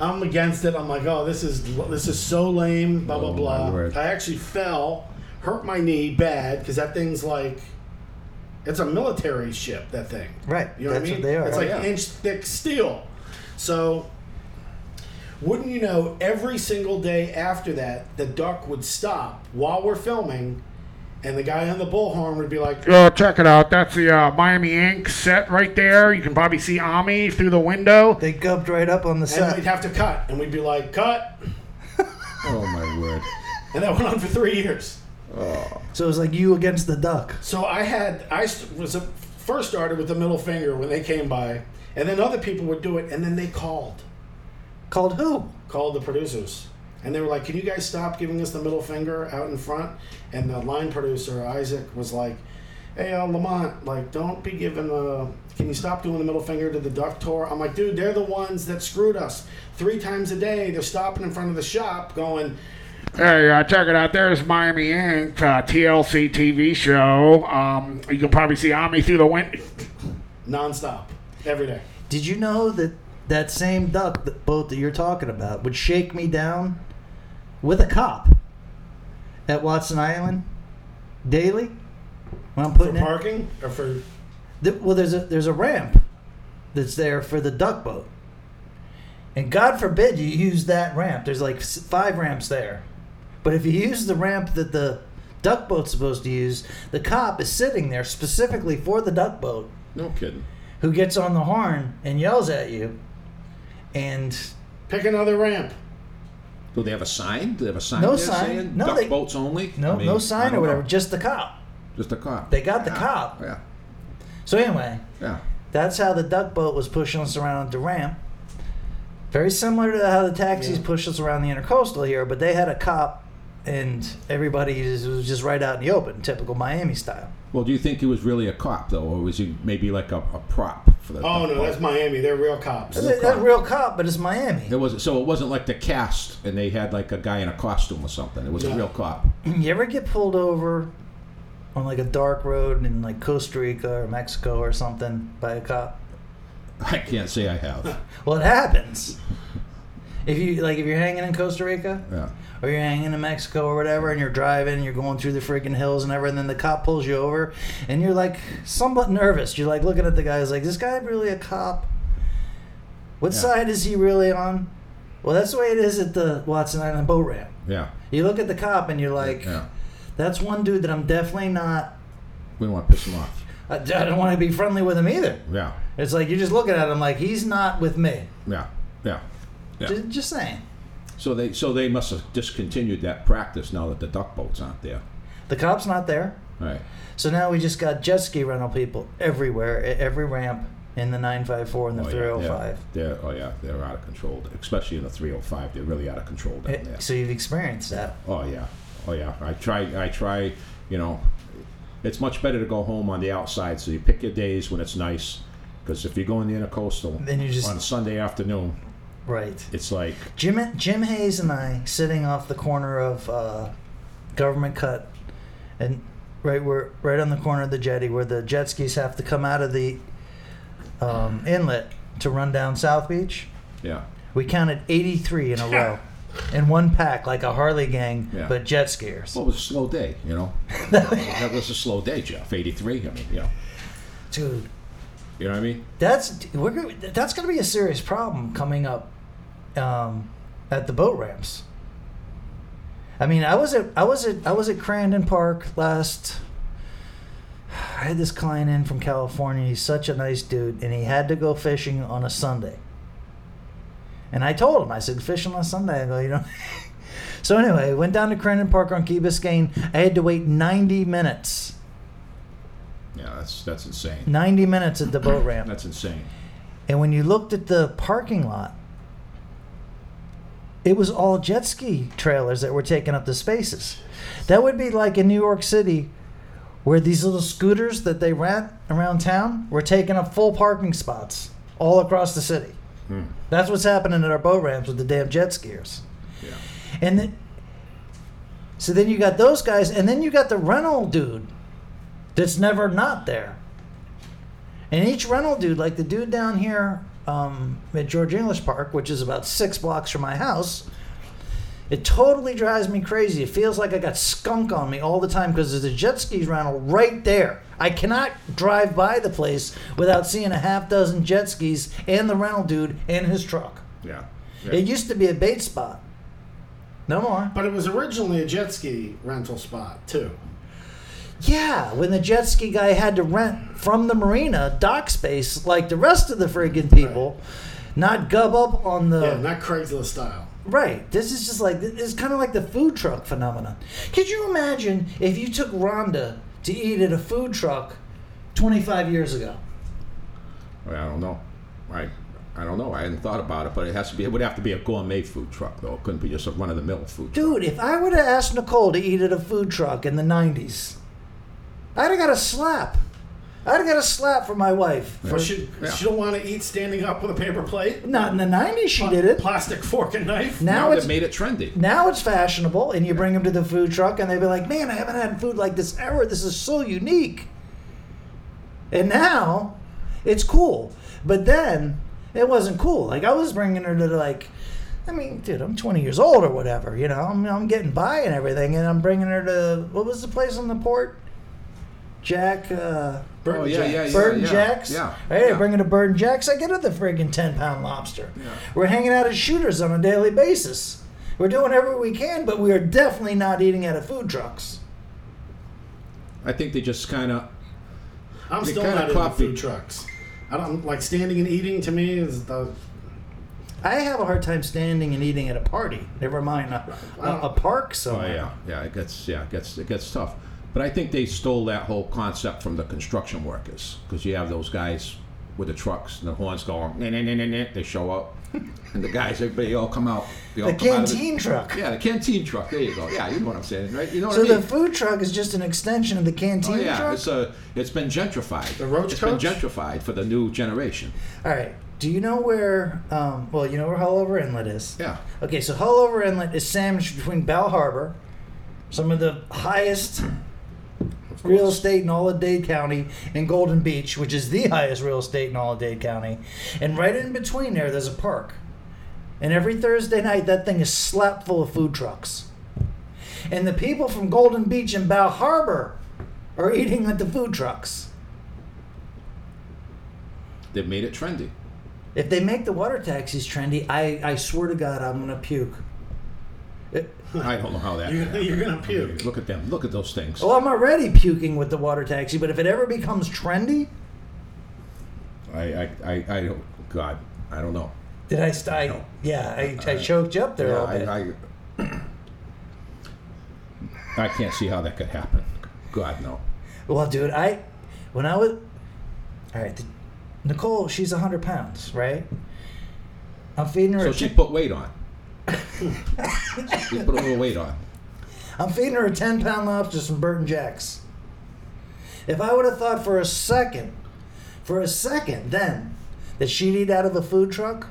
I'm against it. I'm like, "Oh, this is this is so lame." Blah blah Oh, my blah. word. I actually fell, hurt my knee bad because that thing's like, it's a military ship. That thing. Right. You know That's what I mean? what they are. Oh, It's like yeah. inch thick steel. So, wouldn't you know, every single day after that, the duck would stop while we're filming, and the guy on the bullhorn would be like, Uh, check it out. That's the uh, Miami Ink set right there. You can probably see Ami through the window. They gubbed right up on the and set. we'd have to cut. And we'd be like, cut. oh my word. And that went on for three years. So it was like you against the duck. So I had, I st- was a, first started with the middle finger when they came by, and then other people would do it, and then they called. Called who? called the producers and they were like, "Can you guys stop giving us the middle finger out in front?" And the line producer Isaac was like, "Hey, uh, Lamont, like, don't be giving the. Can you stop doing the middle finger to the duck tour?" I'm like, "Dude, they're the ones that screwed us three times a day. They're stopping in front of the shop, going, Hey, uh, check it out. There's Miami Ink, uh, TLC TV show. Um, you can probably see Ami through the window. nonstop every day." Did you know that that same duck that boat that you're talking about would shake me down with a cop at Watson Island daily when I'm For putting in, parking or for Th- well, there's a there's a ramp that's there for the duck boat, and God forbid you use that ramp. There's like s- five ramps there, but if you use the ramp that the duck boat's supposed to use, the cop is sitting there specifically for the duck boat, No kidding. who gets on the horn and yells at you, and Pick another ramp. Do they have a sign? Do they have a sign? No there sign. Saying, No, duck they- boats only. no I mean, no I sign don't or whatever, know. just the cop. Just a cop. They got the Yeah. cop. Yeah. So anyway, Yeah. That's how the duck boat was pushing us around the ramp. Very similar to how the taxis Yeah. pushed us around the intercoastal here, but they had a cop and everybody just- was just right out in the open, typical Miami style. Well, do you think he was really a cop though, or was he maybe like a, a prop for the? Oh duck no, boat? that's Miami. They're real cops. That's a, cop. that real cop, but it's Miami. There was so it wasn't like the cast, and they had like a guy in a costume or something. It was a No. real cop. You ever get pulled over on like a dark road in like Costa Rica or Mexico or something by a cop? I can't say I have. Well, it happens. If you like, if you're hanging in Costa Rica, Yeah. or you're hanging in Mexico or whatever, and you're driving, and you're going through the freaking hills and everything, and the cop pulls you over, and you're like somewhat nervous. You're like looking at the guy, is like, this guy really a cop? What Yeah. side is he really on? Well, that's the way it is at the Watson Island boat ramp. Yeah. You look at the cop and you're like, yeah. that's one dude that I'm definitely not. We don't want to piss him off. I, I don't want to be friendly with him either. Yeah. It's like you're just looking at him like he's not with me. Yeah. Yeah. Yeah. Just, just saying. So they so they must have discontinued that practice now that the duck boats aren't there. The cop's not there. Right. So now we just got jet ski rental people everywhere, at every ramp in the 954 and the Oh, yeah, 305. They're, they're- oh yeah, they're out of control. Especially in the 305, they're really out of control down Eh, there. So you've experienced that. Oh yeah, oh yeah. I try, I try. You know, it's much better to go home on the outside. So you pick your days when it's nice, because if you go in the intercoastal, Then you just- on a Sunday afternoon, Right. it's like Jim Jim Hayes and I sitting off the corner of uh, Government Cut and right where right on the corner of the jetty where the jet skis have to come out of the um, inlet to run down South Beach. yeah, We counted 83 in a row. In one pack, like a Harley gang, Yeah. but jet skiers. well, it was a slow day. You know, that was a slow day, Jeff. 83. I mean, you know, Dude, you know what I mean? That's we're gonna- that's going to be a serious problem coming up um, at the boat ramps. I mean, I was at I was at I was at Crandon Park last. I had this client in from California. He's such a nice dude, and he had to go fishing on a Sunday. And I told him, I said, fishing on Sunday. I go, you know. so anyway, went down to Crandon Park on Key Biscayne. I had to wait 90 minutes. Yeah, that's that's insane. 90 minutes at the boat ramp. That's insane. And when you looked at the parking lot, it was all jet ski trailers that were taking up the spaces. That would be like in New York City, where these little scooters that they rent around town were taking up full parking spots all across the city. Hmm. That's what's happening at our boat ramps with the damn jet skiers. Yeah, And then, so then you got those guys, and then you got the rental dude that's never not there. And each rental dude, like the dude down here um, at George English Park, which is about six blocks from my house, it totally drives me crazy. It feels like I got skunk on me all the time because there's a jet skis rental right there. I cannot drive by the place without seeing a half dozen jet skis and the rental dude and his truck. yeah. It used to be a bait spot. No more. But it was originally a jet ski rental spot too. Yeah, when the jet ski guy had to rent from the marina dock space like the rest of the friggin' people, not gub up on the. Yeah, not Craigslist style. right. This is just like, it's kind of like the food truck phenomenon. Could you imagine if you took Rhonda to eat at a food truck 25 years ago? I don't know. I I don't know. I hadn't thought about it, but it has to be. It would have to be a gourmet food truck, though. It couldn't be just a run of the mill food. truck. Dude, if I would have asked Nicole to eat at a food truck in the 90s, I'd have got a slap. I'd have got a slap from my wife. Or she, Yeah. she don't want to eat standing up with a paper plate. Not in the 90s, she did it. Plastic fork and knife. Now Now it's that made it trendy. Now it's fashionable, and you bring them to the food truck, and they'd be like, "Man, I haven't had food like this ever. This is so unique." And now, it's cool. But then, it wasn't cool. Like I was bringing her to like, I mean, dude, I'm 20 years old or whatever. You know, I'm, I'm getting by and everything, and I'm bringing her to what was the place on the port? Jack. Uh, Oh, yeah, yeah, yeah. Bird and yeah, Jacks. Yeah. Hey, yeah. bring it to Bird and Jacks. I get it the friggin' 10 pound lobster. We're hanging out at shooters on a daily basis. We're doing everything we can, but we are definitely not eating out of food trucks. I think they just kind of I'm They still kinda not in the copy. food trucks. I don't like standing and eating. To me, is the I have a hard time standing and eating at a party. Never mind a, a, a park Oh somewhere. yeah, yeah. It gets yeah, it gets it gets tough. But I think they stole that whole concept from the construction workers because you have those guys with the trucks and the horns going. Nah, nah, nah, nah, nah. They show up, and the guys, everybody all come out. They all The come out of canteen truck. yeah, the canteen truck. There you go. Yeah, you know what I'm saying, right? You know what So I mean? the food truck is just an extension of the canteen Oh, yeah, truck? it's a, it's been gentrified. The roach It's coach? been gentrified for the new generation. All right. Do you know where? Um, well, you know where Hullover Inlet is. Yeah. Okay, so Hullover Inlet is sandwiched between Bell Harbor, some of the highest real estate in all of Dade County, and Golden Beach, which is the highest real estate in all of Dade County. And right in between there, there's a park. And every Thursday night, that thing is slap full of food trucks. And the people from Golden Beach and Bell Harbor are eating at the food trucks. They've made it trendy. If they make the water taxis trendy, I, I swear to God, I'm gonna puke. It- I don't know how that. you're, you're gonna puke. Look at them. Look at those things. well, I'm already puking with the water taxi, but if it ever becomes trendy, I, I, I, I don't. God, I don't know. did I? St- I yeah, I, I choked you up there a Yeah, little bit. Uh, I, I, I can't see how that could happen. God, no. well, dude, I when I was all right, the, Nicole, she's hundred pounds, right? I'm feeding her. So a she chick- put weight on. she put a little weight on. I'm feeding her a ten pound lobster from Burton Jacks. If I would have thought for a second, for a second, then that she'd eat out of a food truck.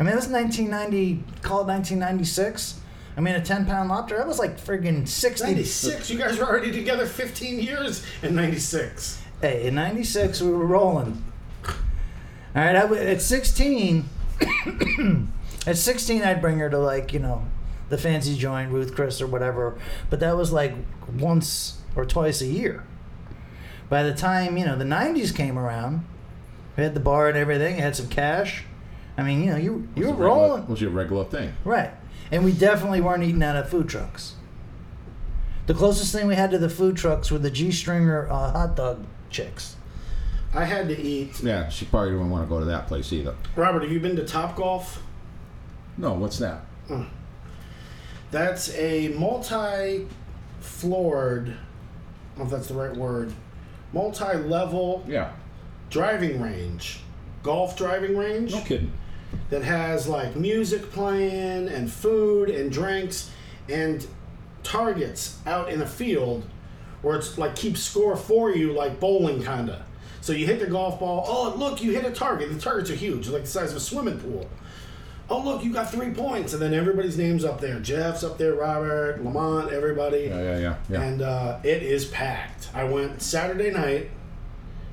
I mean, that's 1990, call it 1996. I mean, a 10 pound lobster, that was like friggin' 60. 96. You guys were already together 15 years in 96. Hey, in 96, we were rolling. All right, I w- at 16, at 16, I'd bring her to like, you know, the fancy joint, Ruth Chris or whatever. But that was like once or twice a year. By the time, you know, the 90s came around, we had the bar and everything, had some cash. I mean, you know, you, you were rolling. It was your regular thing. Right. And we definitely weren't eating out of food trucks. The closest thing we had to the food trucks were the G Stringer uh, hot dog chicks. I had to eat. Yeah, she probably didn't want to go to that place either. Robert, have you been to Top Golf? No, what's that? That's a multi floored, I don't know if that's the right word, multi level Yeah, driving range, golf driving range no kidding. that has like music playing and food and drinks and targets out in a field where it's like keeps score for you like bowling kinda. So you hit the golf ball. Oh look, you hit a target. The targets are huge, like the size of a swimming pool. Oh look, you got three points, and then everybody's names up there. Jeff's up there, Robert, Lamont, everybody Yeah, yeah, yeah, yeah. and uh, it is packed. I went Saturday night,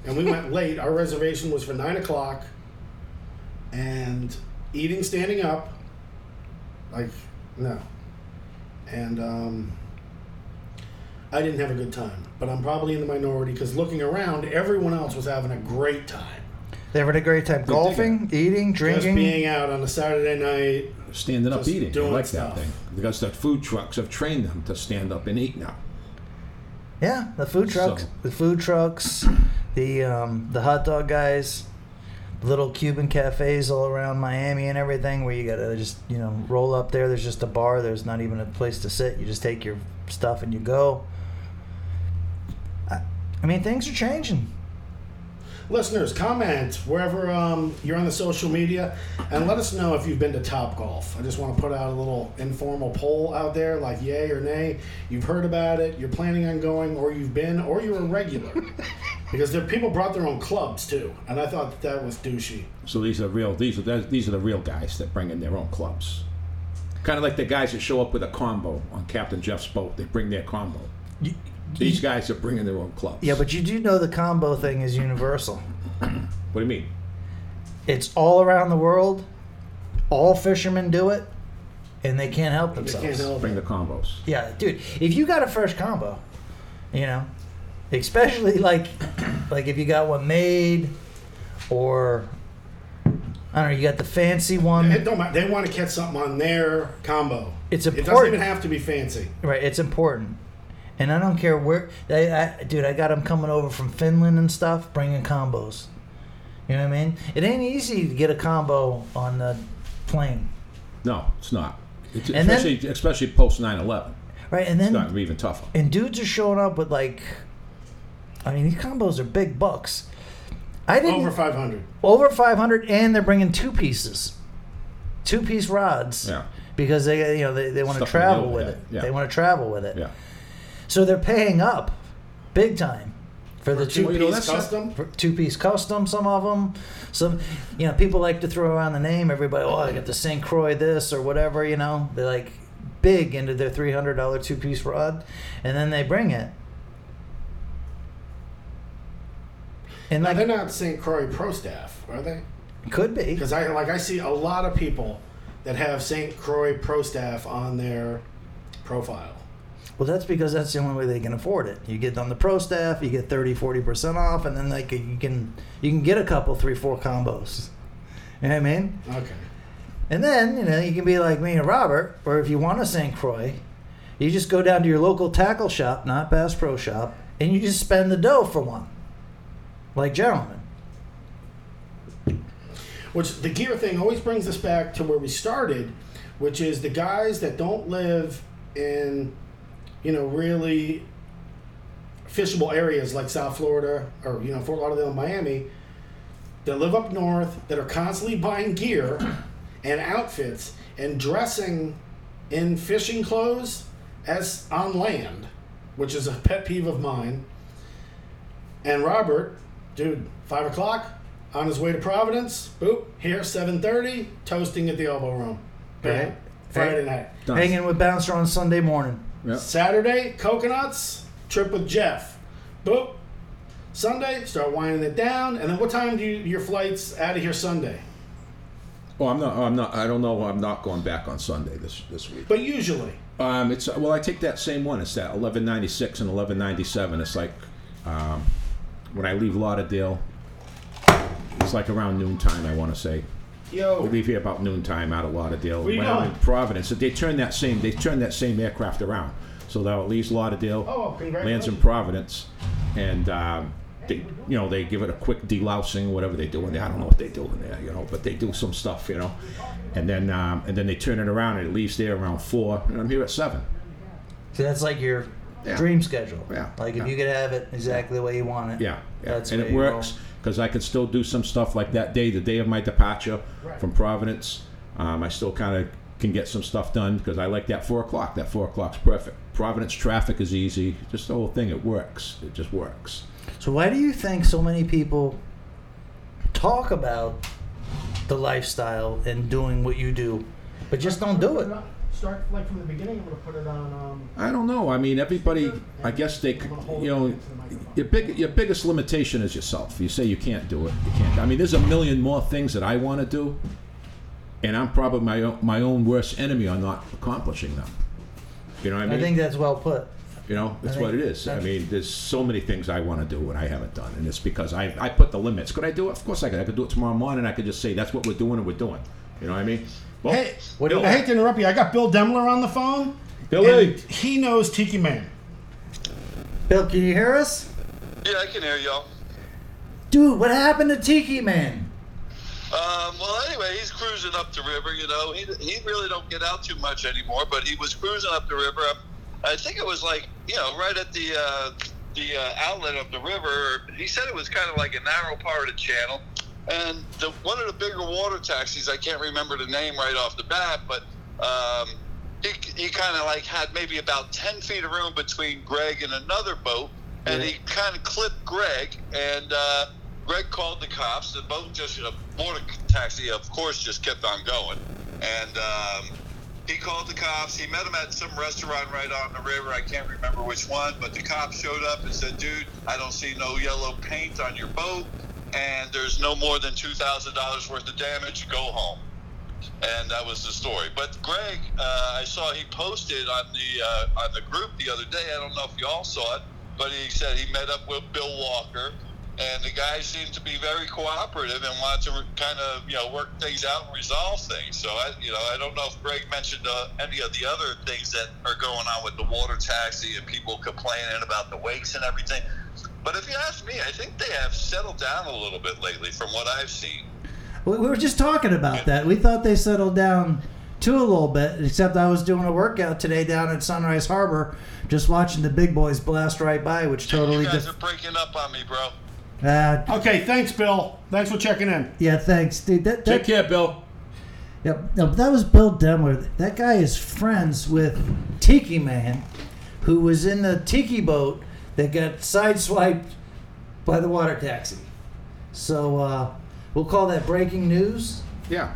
and we went late. Our reservation was for nine o'clock, and eating standing up, like no, and um, I didn't have a good time. But I'm probably in the minority because looking around, everyone else was having a great time. They had a great time golfing, eating, Just drinking. being out on a Saturday night. Standing up just eating. I doing like stuff. that thing. Because the food trucks have trained them to stand up and eat now. yeah, the food trucks, So- the food trucks, the um, the hot dog guys, little Cuban cafes all around Miami and everything, where you gotta just you know roll up there. There's just a bar. There's not even a place to sit. You just take your stuff and you go. I, I mean, things are changing. Listeners, comment wherever um, you're on the social media, and let us know if you've been to Top Golf. I just want to put out a little informal poll out there, like yay or nay. You've heard about it, you're planning on going, or you've been, or you're a regular, because there people brought their own clubs too, and I thought that, that was douchey. So these are real. These are these are the real guys that bring in their own clubs. Kind of like the guys that show up with a combo on Captain Jeff's boat. They bring their combo. These guys are bringing their own clubs. Mm-hmm. Yeah, but you do know the combo thing is universal. what do you mean? It's all around the world. All fishermen do it. and they can't help They themselves. can't help Bring it. the combos. Yeah, dude, if you got a fresh combo, you know, especially like like if you got one made or I don't know, you got the fancy one. It don't matter. They want to catch something on their combo. It's It doesn't important. even have to be fancy. Right, it's important. And I don't care where. I, I, dude, I got them coming over from Finland and stuff, bringing combos. You know what I mean? It ain't easy to get a combo on the plane, No, it's not. It's, And then- especially especially post 9-11. right? And It's then not gonna be even tougher. and dudes are showing up with like, I mean, these combos are big bucks. I didn't Over 500. over 500 and they're bringing two pieces two piece rods Yeah. because they you know they, they want to Stuff in the travel middle, with yeah, it yeah. they want to travel with it Yeah. so they're paying up big time for the two Two you know, piece that's not- custom. two piece custom some of them some you know people like to throw around the name everybody oh i got the st croix this or whatever you know they're like big into their $300 two piece rod and then they bring it and Now, like they're not St. Croix pro staff, are they? could be Because I like I see a lot of people that have St. Croix pro staff on their profile. Well, that's because that's the only way they can afford it. You get on the pro staff, you get 30, 40% off, and then like you can you can get a couple, three, four combos. You know what I mean? Okay. And then, you know, you can be like me and Robert, or if you want a St. Croix, you just go down to your local tackle shop, not Bass Pro Shop, and you just spend the dough for one. Like gentlemen. Which the gear thing always brings us back to where we started, which is the guys that don't live in, you know, really fishable areas like South Florida or, you know, Fort Lauderdale and Miami, that live up north, that are constantly buying gear and outfits and dressing in fishing clothes as on land, which is a pet peeve of mine. And Robert, dude, five o'clock on his way to Providence. Boop here, seven thirty, toasting at the Elbow Room. Bam. Right. Friday Right. night, Done. Hanging with Bouncer on Sunday morning. Yeah. Saturday coconuts trip with Jeff. Boop. Sunday start winding it down, and then what time do you, your flights out of here Sunday? Oh, I'm not. I'm not. I don't know. I'm not going back on Sunday this this week. But usually, Um, it's well, I take that same one. It's that 1196 and 1197. It's like um, when I leave Lauderdale, it's like around noontime. I want to say yo, we leave here about noontime out of Lauderdale. Where you when I'm going? in Providence, they turn that same they turn that same aircraft around. So now it leaves Lauderdale, Oh, lands in congratulations. Providence, and um, they, you know they give it a quick delousing, whatever they do in there. I don't know what they do in there, you know, but they do some stuff, you know, and then um, and then they turn it around and it leaves there around four, and I'm here at seven. So that's like your Yeah. dream schedule. Yeah. Like if Yeah. you could have it exactly the way you want it. Yeah, yeah. That's and where it you go. works because I can still do some stuff like that day, the day of my departure from Providence. Um, I still kind of can get some stuff done because I like that four o'clock. That four o'clock's perfect. Providence traffic is easy. Just the whole thing, it works. It just works. So why do you think so many people talk about the lifestyle and doing what you do, but just don't do it? Start like from the beginning. I'm gonna put it on. Um, I don't know. I mean, everybody. I guess they, c- you know, your big your biggest limitation is yourself. You say you can't do it. You can't. I mean, there's a million more things that I want to do, and I'm probably my own, my own worst enemy on not accomplishing them. You know what I I mean? think that's well put. You know, that's I what it think is. I that's- mean, there's so many things I want to do and I haven't done, and it's because I, I put the limits. Could I do it? Of course I could. I could do it tomorrow morning. I could just say that's what we're doing and we're doing. You know what I mean? Well, hey, What do you I want? hate to interrupt you. I got Bill Demler on the phone. Billy. and he knows Tiki Man. Bill, can you hear us? Yeah, I can hear y'all. Dude, what happened to Tiki Man? Um, well, anyway, he's cruising up the river. You know, he, he really don't get out too much anymore, but he was cruising up the river. Up, I think it was like you know, right at the uh, the uh, outlet of the river. He said it was kind of like a narrow part of the channel, and the, one of the bigger water taxis. I can't remember the name right off the bat, but um, he he kind of like had maybe about ten feet of room between Greg and another boat, and he kind of clipped Greg and. Uh, Greg called the cops. The boat just, a border taxi, of course, just kept on going. And um, he called the cops. He met him at some restaurant right on the river. I can't remember which one, but the cops showed up and said, dude, I don't see no yellow paint on your boat, and there's no more than $2,000 worth of damage. Go home. and that was the story. But Greg, uh, I saw he posted on the uh, on the group the other day. I don't know if you all saw it, but he said he met up with Bill Walker, and the guy seemed to be very cooperative and wanted to re- kind of you know work things out and resolve things. So I you know I don't know if Greg mentioned uh, any of the other things that are going on with the water taxi and people complaining about the wakes and everything. But if you ask me, I think they have settled down a little bit lately from what I've seen. We, we were just talking about that. We thought they settled down too a little bit, except I was doing a workout today down at Sunrise Harbor, just watching the big boys blast right by, which totally. you guys Def- are breaking up on me, bro. uh, Okay, thanks, Bill. Thanks for checking in. yeah, thanks, dude. That, Take that, care, Bill. yep, no, that was Bill Demler. That guy is friends with Tiki Man, who was in the Tiki boat that got sideswiped by the water taxi. So uh, we'll call that breaking news. Yeah.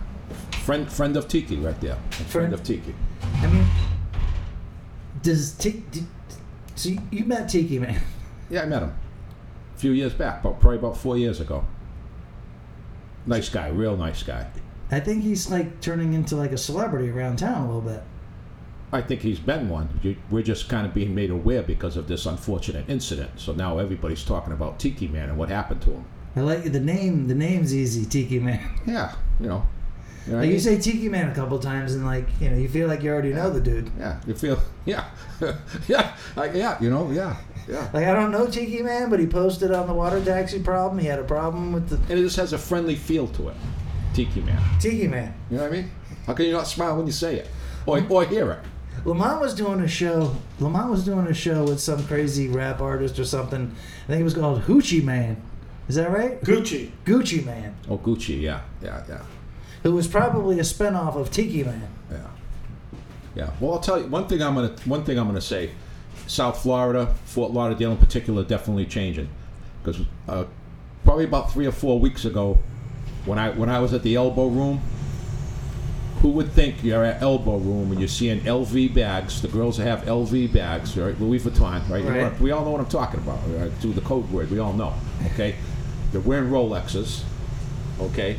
Friend, friend of Tiki, right there. Friend, of Tiki. I mean, does Tiki? Did, so you- you met Tiki Man? Yeah, I met him a few years back, but probably about four years ago. Nice guy, real nice guy. I think he's like turning into like a celebrity around town a little bit. I think he's been one. You- We're just kind of being made aware because of this unfortunate incident. So now everybody's talking about Tiki Man and what happened to him. I like the name. The name's easy, Tiki Man. Yeah, you know. You know what I Like you mean? say Tiki Man a couple times, and like you know, you feel like you already know the dude. yeah, you feel. Yeah, yeah, like, yeah. You know, yeah, yeah. Like I don't know Tiki Man, but he posted on the water taxi problem. He had a problem with the And it just has a friendly feel to it, Tiki Man. Tiki Man. You know what I mean? How can you not smile when you say it or, or hear it? Lamont was doing a show. Lamont was doing a show with some crazy rap artist or something. I think it was called Hoochie Man. Is that right? Gucci. Gucci Man. Oh, Gucci. Yeah, yeah, yeah, who was probably a spinoff of Tiki Man. yeah, yeah. Well, I'll tell you one thing. I'm gonna one thing I'm gonna say. South Florida, Fort Lauderdale in particular, definitely changing. Because uh, probably about three or four weeks ago, when I when I was at the Elbow Room, who would think you're at Elbow Room and you're seeing LV bags? The girls that have LV bags, right? Louis Vuitton, right? You know Right. what- we all know what I'm talking about. Right? Through the code word, we all know. Okay, they're wearing Rolexes. Okay,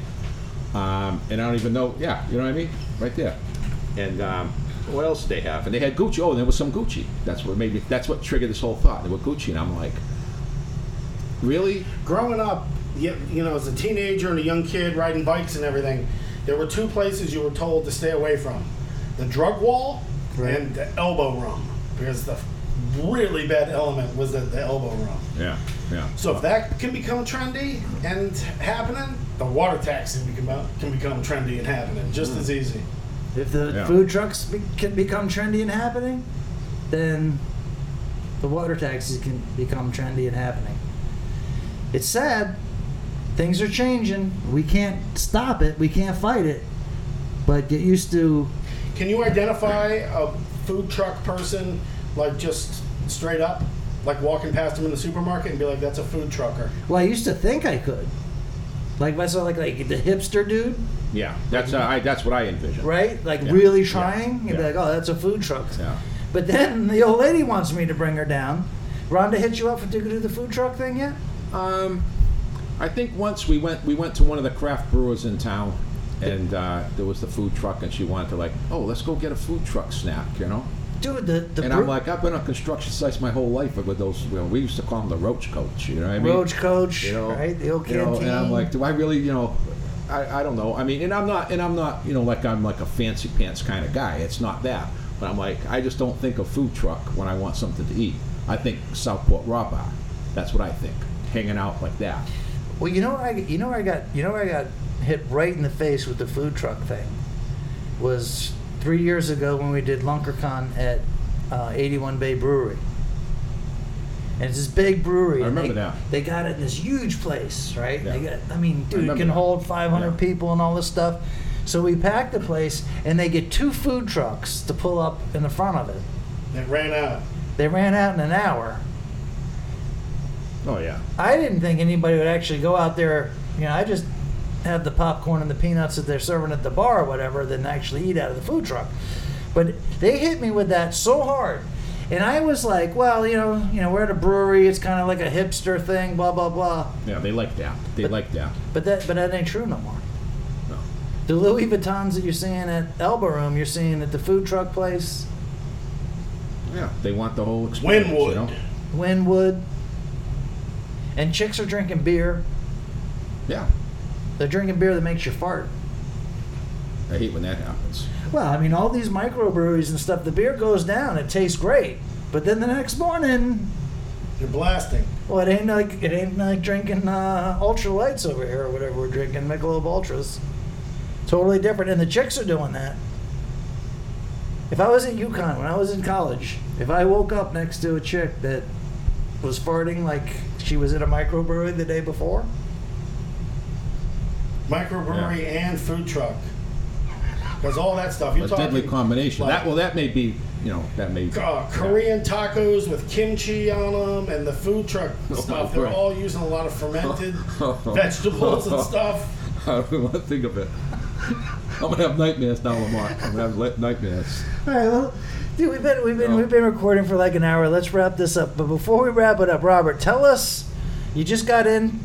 um, and I don't even know. Yeah, you know what I mean? Right there. And um, what else did they have? And they had Gucci. Oh, and there was some Gucci. That's what made me. That's what triggered this whole thought. There were Gucci, and I'm like, really? Growing up, you you know, as a teenager and a young kid riding bikes and everything, there were two places you were told to stay away from the drug wall and the elbow room. Because the really bad element was the, the elbow room. Yeah, yeah. So if that can become trendy and happening, the water taxi can become, can become trendy and happening just as easy. If the Yeah. food trucks be- can become trendy and happening, then the water taxis can become trendy and happening. It's sad. Things are changing. We can't stop it. We can't fight it. But get used to. Can you identify a food truck person, like just straight up, like walking past them in the supermarket and be like, "That's a food trucker"? Well, I used to think I could. Like if I saw like like the hipster dude, Yeah, that's uh, I, that's what I envisioned. right? Like Yeah. really trying. You'd be Yeah. like, oh, that's a food truck. Yeah. But then the old lady wants me to bring her down. Rhonda hit you up for to do the food truck thing yet? Um, I think once we went we went to one of the craft brewers in town, and uh, there was the food truck, and she wanted to like, oh, let's go get a food truck snack, you know. Dude, the the And bro- I'm like, I've been on construction sites my whole life with those. You know, we used to call them the roach coach. You know what I mean? Roach Coach, you know, right? The old you canteen. know, and I'm like, do I really, you know, I, I don't know. I mean, and I'm not, and I'm not, you know, like I'm like a fancy pants kind of guy. It's not that, but I'm like, I just don't think of food truck when I want something to eat. I think Southport Raw Bar. That's what I think. Hanging out like that. well, you know, where I you know where I got you know where I got hit right in the face with the food truck thing was three years ago when we did LunkerCon at uh, 81 Bay Brewery. And it's this big brewery. I and remember they, that. They got it in this huge place, right? Yeah. They got, I mean, dude, it remember can that. hold 500 Yeah. people and all this stuff. So we packed the place, and they get two food trucks to pull up in the front of it. That ran out. They ran out in an hour. Oh yeah. I didn't think anybody would actually go out there. You know, I just have the popcorn and the peanuts that they're serving at the bar or whatever, than actually eat out of the food truck. But they hit me with that so hard, and I was like, well, you know, you know, we're at a brewery. It's kind of like a hipster thing, blah blah blah. Yeah, they like that. They like that. But that, but that ain't true no more. No. The Louis Vuittons that you're seeing at Elbow Room, you're seeing at the food truck place, Yeah, they want the whole experience. You know? Winwood. Wynwood. And chicks are drinking beer. Yeah, They're drinking beer that makes you fart. I hate when that happens. Well, I mean, all these microbreweries and stuff, the beer goes down, it tastes great. But then the next morning, You're blasting. well, it ain't like it ain't like drinking uh, ultra lights over here or whatever we're drinking Michelob Ultras. Totally different, and the chicks are doing that. If I was at UConn when I was in college, if I woke up next to a chick that was farting like she was at a microbrewery the day before, Microbrewery and food truck. Because all that stuff. You're A talking deadly combination. like- that well, that may be you know that may uh, Korean tacos with kimchi on them and the food truck stuff. They're Oh, Right. Oh. all using a lot of fermented vegetables and stuff. I don't want to think of it. I'm gonna have nightmares now, Lamar. I'm gonna have li- nightmares. All right, well, dude, we've been we've been we've been recording for like an hour. Let's wrap this up. But before we wrap it up, Robert, tell us you just got in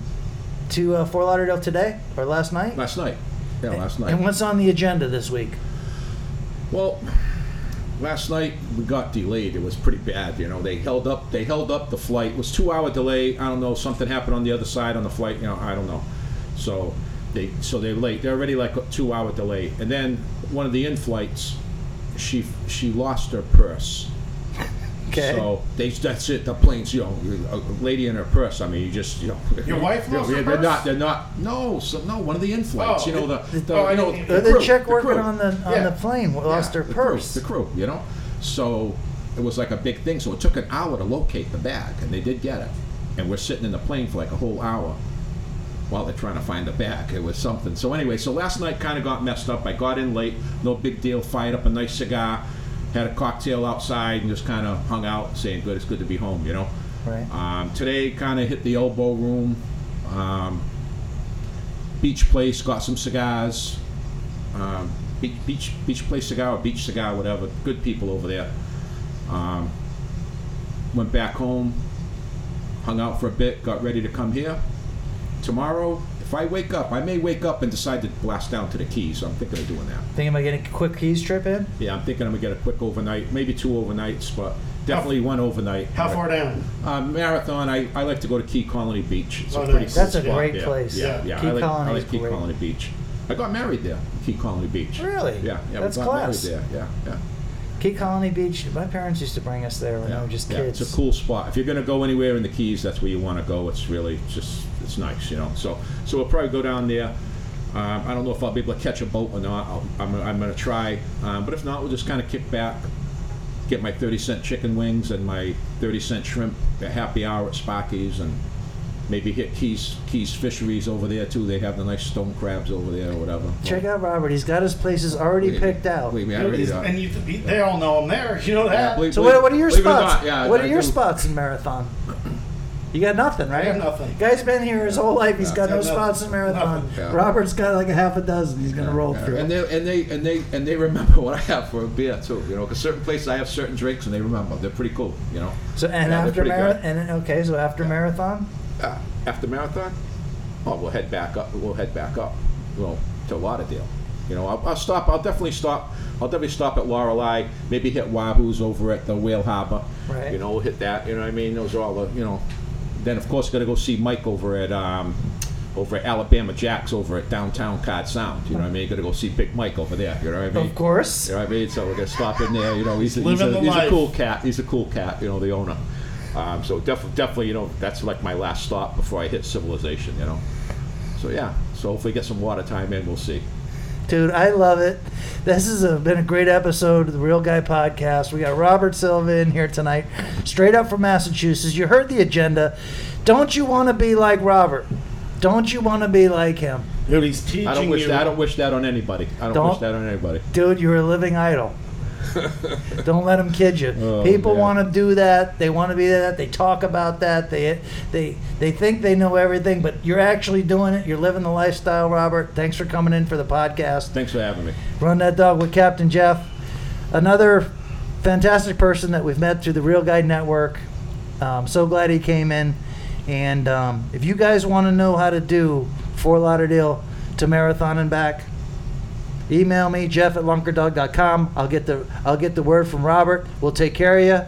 to uh, Fort Lauderdale today or last night, Last night. Yeah, last night. and what's on the agenda this week? Well, last night we got delayed. It was pretty bad. You know, they held up. They held up the flight. It was two hour delay. I don't know. Something happened on the other side on the flight. You know, I don't know. So they so they're late. They're already like a two hour delay. And then one of the in flights, she she lost her purse. Okay. So they that's it. The plane's you know a lady in her purse. I mean, you just you know. Your wife lost her they're, purse? not. They're not. No. So, no. One of the in flights. Oh, you know the. the oh, I you know, didn't- the, the crew, chick working crew. on the on Yeah. the plane lost Yeah, her the crew- purse. The crew, you know? So it was like a big thing. So it took an hour to locate the bag, and they did get it. And we're sitting in the plane for like a whole hour while they're trying to find the bag. It was something. So anyway, so last night kind of got messed up. I got in late, no big deal, fired up a nice cigar, had a cocktail outside, and just kind of hung out, saying, good, it's good to be home, you know? Right. Um, today kind of hit the elbow room. Um, beach place, got some cigars. Um, beach, beach, beach place cigar or beach cigar, whatever. Good people over there. Um, went back home, hung out for a bit, got ready to come here. Tomorrow, if I wake up, I may wake up and decide to blast down to the Keys. I'm thinking of doing that. Thinking about getting a quick keys trip in. Yeah, I'm thinking I'm gonna get a quick overnight, maybe two overnights, but definitely one overnight. How far down? Uh, marathon. I, I like to go to Key Colony Beach. It's Oh, a pretty nice. cool That's a Yeah, great yeah, place. Yeah, yeah. Key I like, Colony I like is Key great. Colony Beach. I got married there, Key Colony Beach. Really? Yeah, yeah. That's we got class. married there. Yeah, yeah. Key Colony Beach. My parents used to bring us there when I was just yeah, kids. It's a cool spot. If you're going to go anywhere in the Keys, that's where you want to go. It's really just it's nice, you know. So so we'll probably go down there. Um, I don't know if I'll be able to catch a boat or not. I'll, I'm, I'm going to try, um, but if not, we'll just kind of kick back, get my 30 cent chicken wings and my 30 cent shrimp at happy hour at Sparky's and. Maybe hit Keys Keys Fisheries over there too. They have the nice stone crabs over there or whatever. Check out Robert. He's got his places already Wait, picked out. Believe me, I already got- And you, they all know him there. You know yeah, that. believe- So what, what are your believe it or spots? not, yeah, what I are your do. spots in marathon? You got nothing, right? have nothing. Guy's been here his whole life. He's got Yeah, no nothing. spots in marathon. Nothing. Yeah. Robert's got like a half a dozen. He's gonna roll Yeah, through. And they and they and they and they remember what I have for a beer too. You know, because certain places I have certain drinks and they remember. They're pretty cool. You know. so and Yeah, they're after pretty marathon, good. and okay, so after marathon, Uh, after marathon, oh, we'll head back up. We'll head back up. Well, to Lauderdale. You know, I'll, I'll stop. I'll definitely stop. I'll definitely stop at Lorelei. Maybe hit Wahoo's over at the Whale Harbor. Right. You know, we'll hit that. You know what I mean? Those are all the. You know, then of course gotta go see Mike over at. Um, over at Alabama Jack's over at downtown Cod Sound. You know what I mean? Gotta go see Big Mike over there. You know what I mean? of course. You know what I mean? So we're gonna stop in there. You know, he's a, he's Living a, the he's a life. cool cat. He's a cool cat. You know, the owner. Um, so def- definitely, you know, that's like my last stop before I hit civilization. You know. So yeah. So if we get some water time in, we'll see. Dude, I love it. This has a, been a great episode of the Real Guy Podcast. We got Robert Silva in here tonight, straight up from Massachusetts. You heard the agenda. Don't you want to be like Robert? Don't you want to be like him? Dude, he's teaching I don't wish you. that. I don't wish that on anybody. I don't, wish Don't- that on anybody. dude, you're a living idol. Don't let them kid you. Oh, People man. want to do that. They want to be that. They talk about that. They they they think they know everything, but you're actually doing it. You're living the lifestyle, Robert. Thanks for coming in for the podcast. Thanks for having me. Run that dog with Captain Jeff. Another fantastic person that we've met through the Real Guide Network. Um, so glad he came in. And um, if you guys want to know how to do Fort Lauderdale to Marathon and back, Email me, Jeff at lunkerdog.com. I'll get the I'll get the word from Robert. We'll take care of you.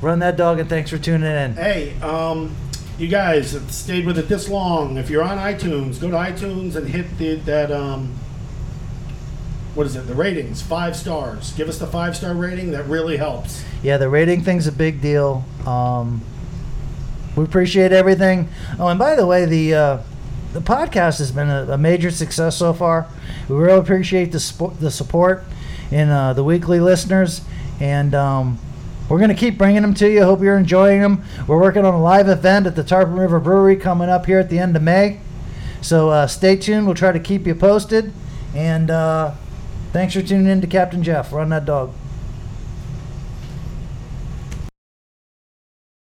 Run that dog, and thanks for tuning in. Hey, um, you guys that stayed with it this long, if you're on iTunes, go to iTunes and hit the, that, um, what is it, the ratings, five stars. Give us the five star rating, that really helps. Yeah, the rating thing's a big deal. Um, we appreciate everything. Oh, and by the way, the uh, the podcast has been a, a major success so far. We really appreciate the spo- the support and uh, the weekly listeners, and um, we're gonna keep bringing them to you. Hope you're enjoying them. We're working on a live event at the Tarpon River Brewery coming up here at the end of May. So uh, stay tuned. We'll try to keep you posted. And uh, thanks for tuning in to Captain Jeff. Run that dog.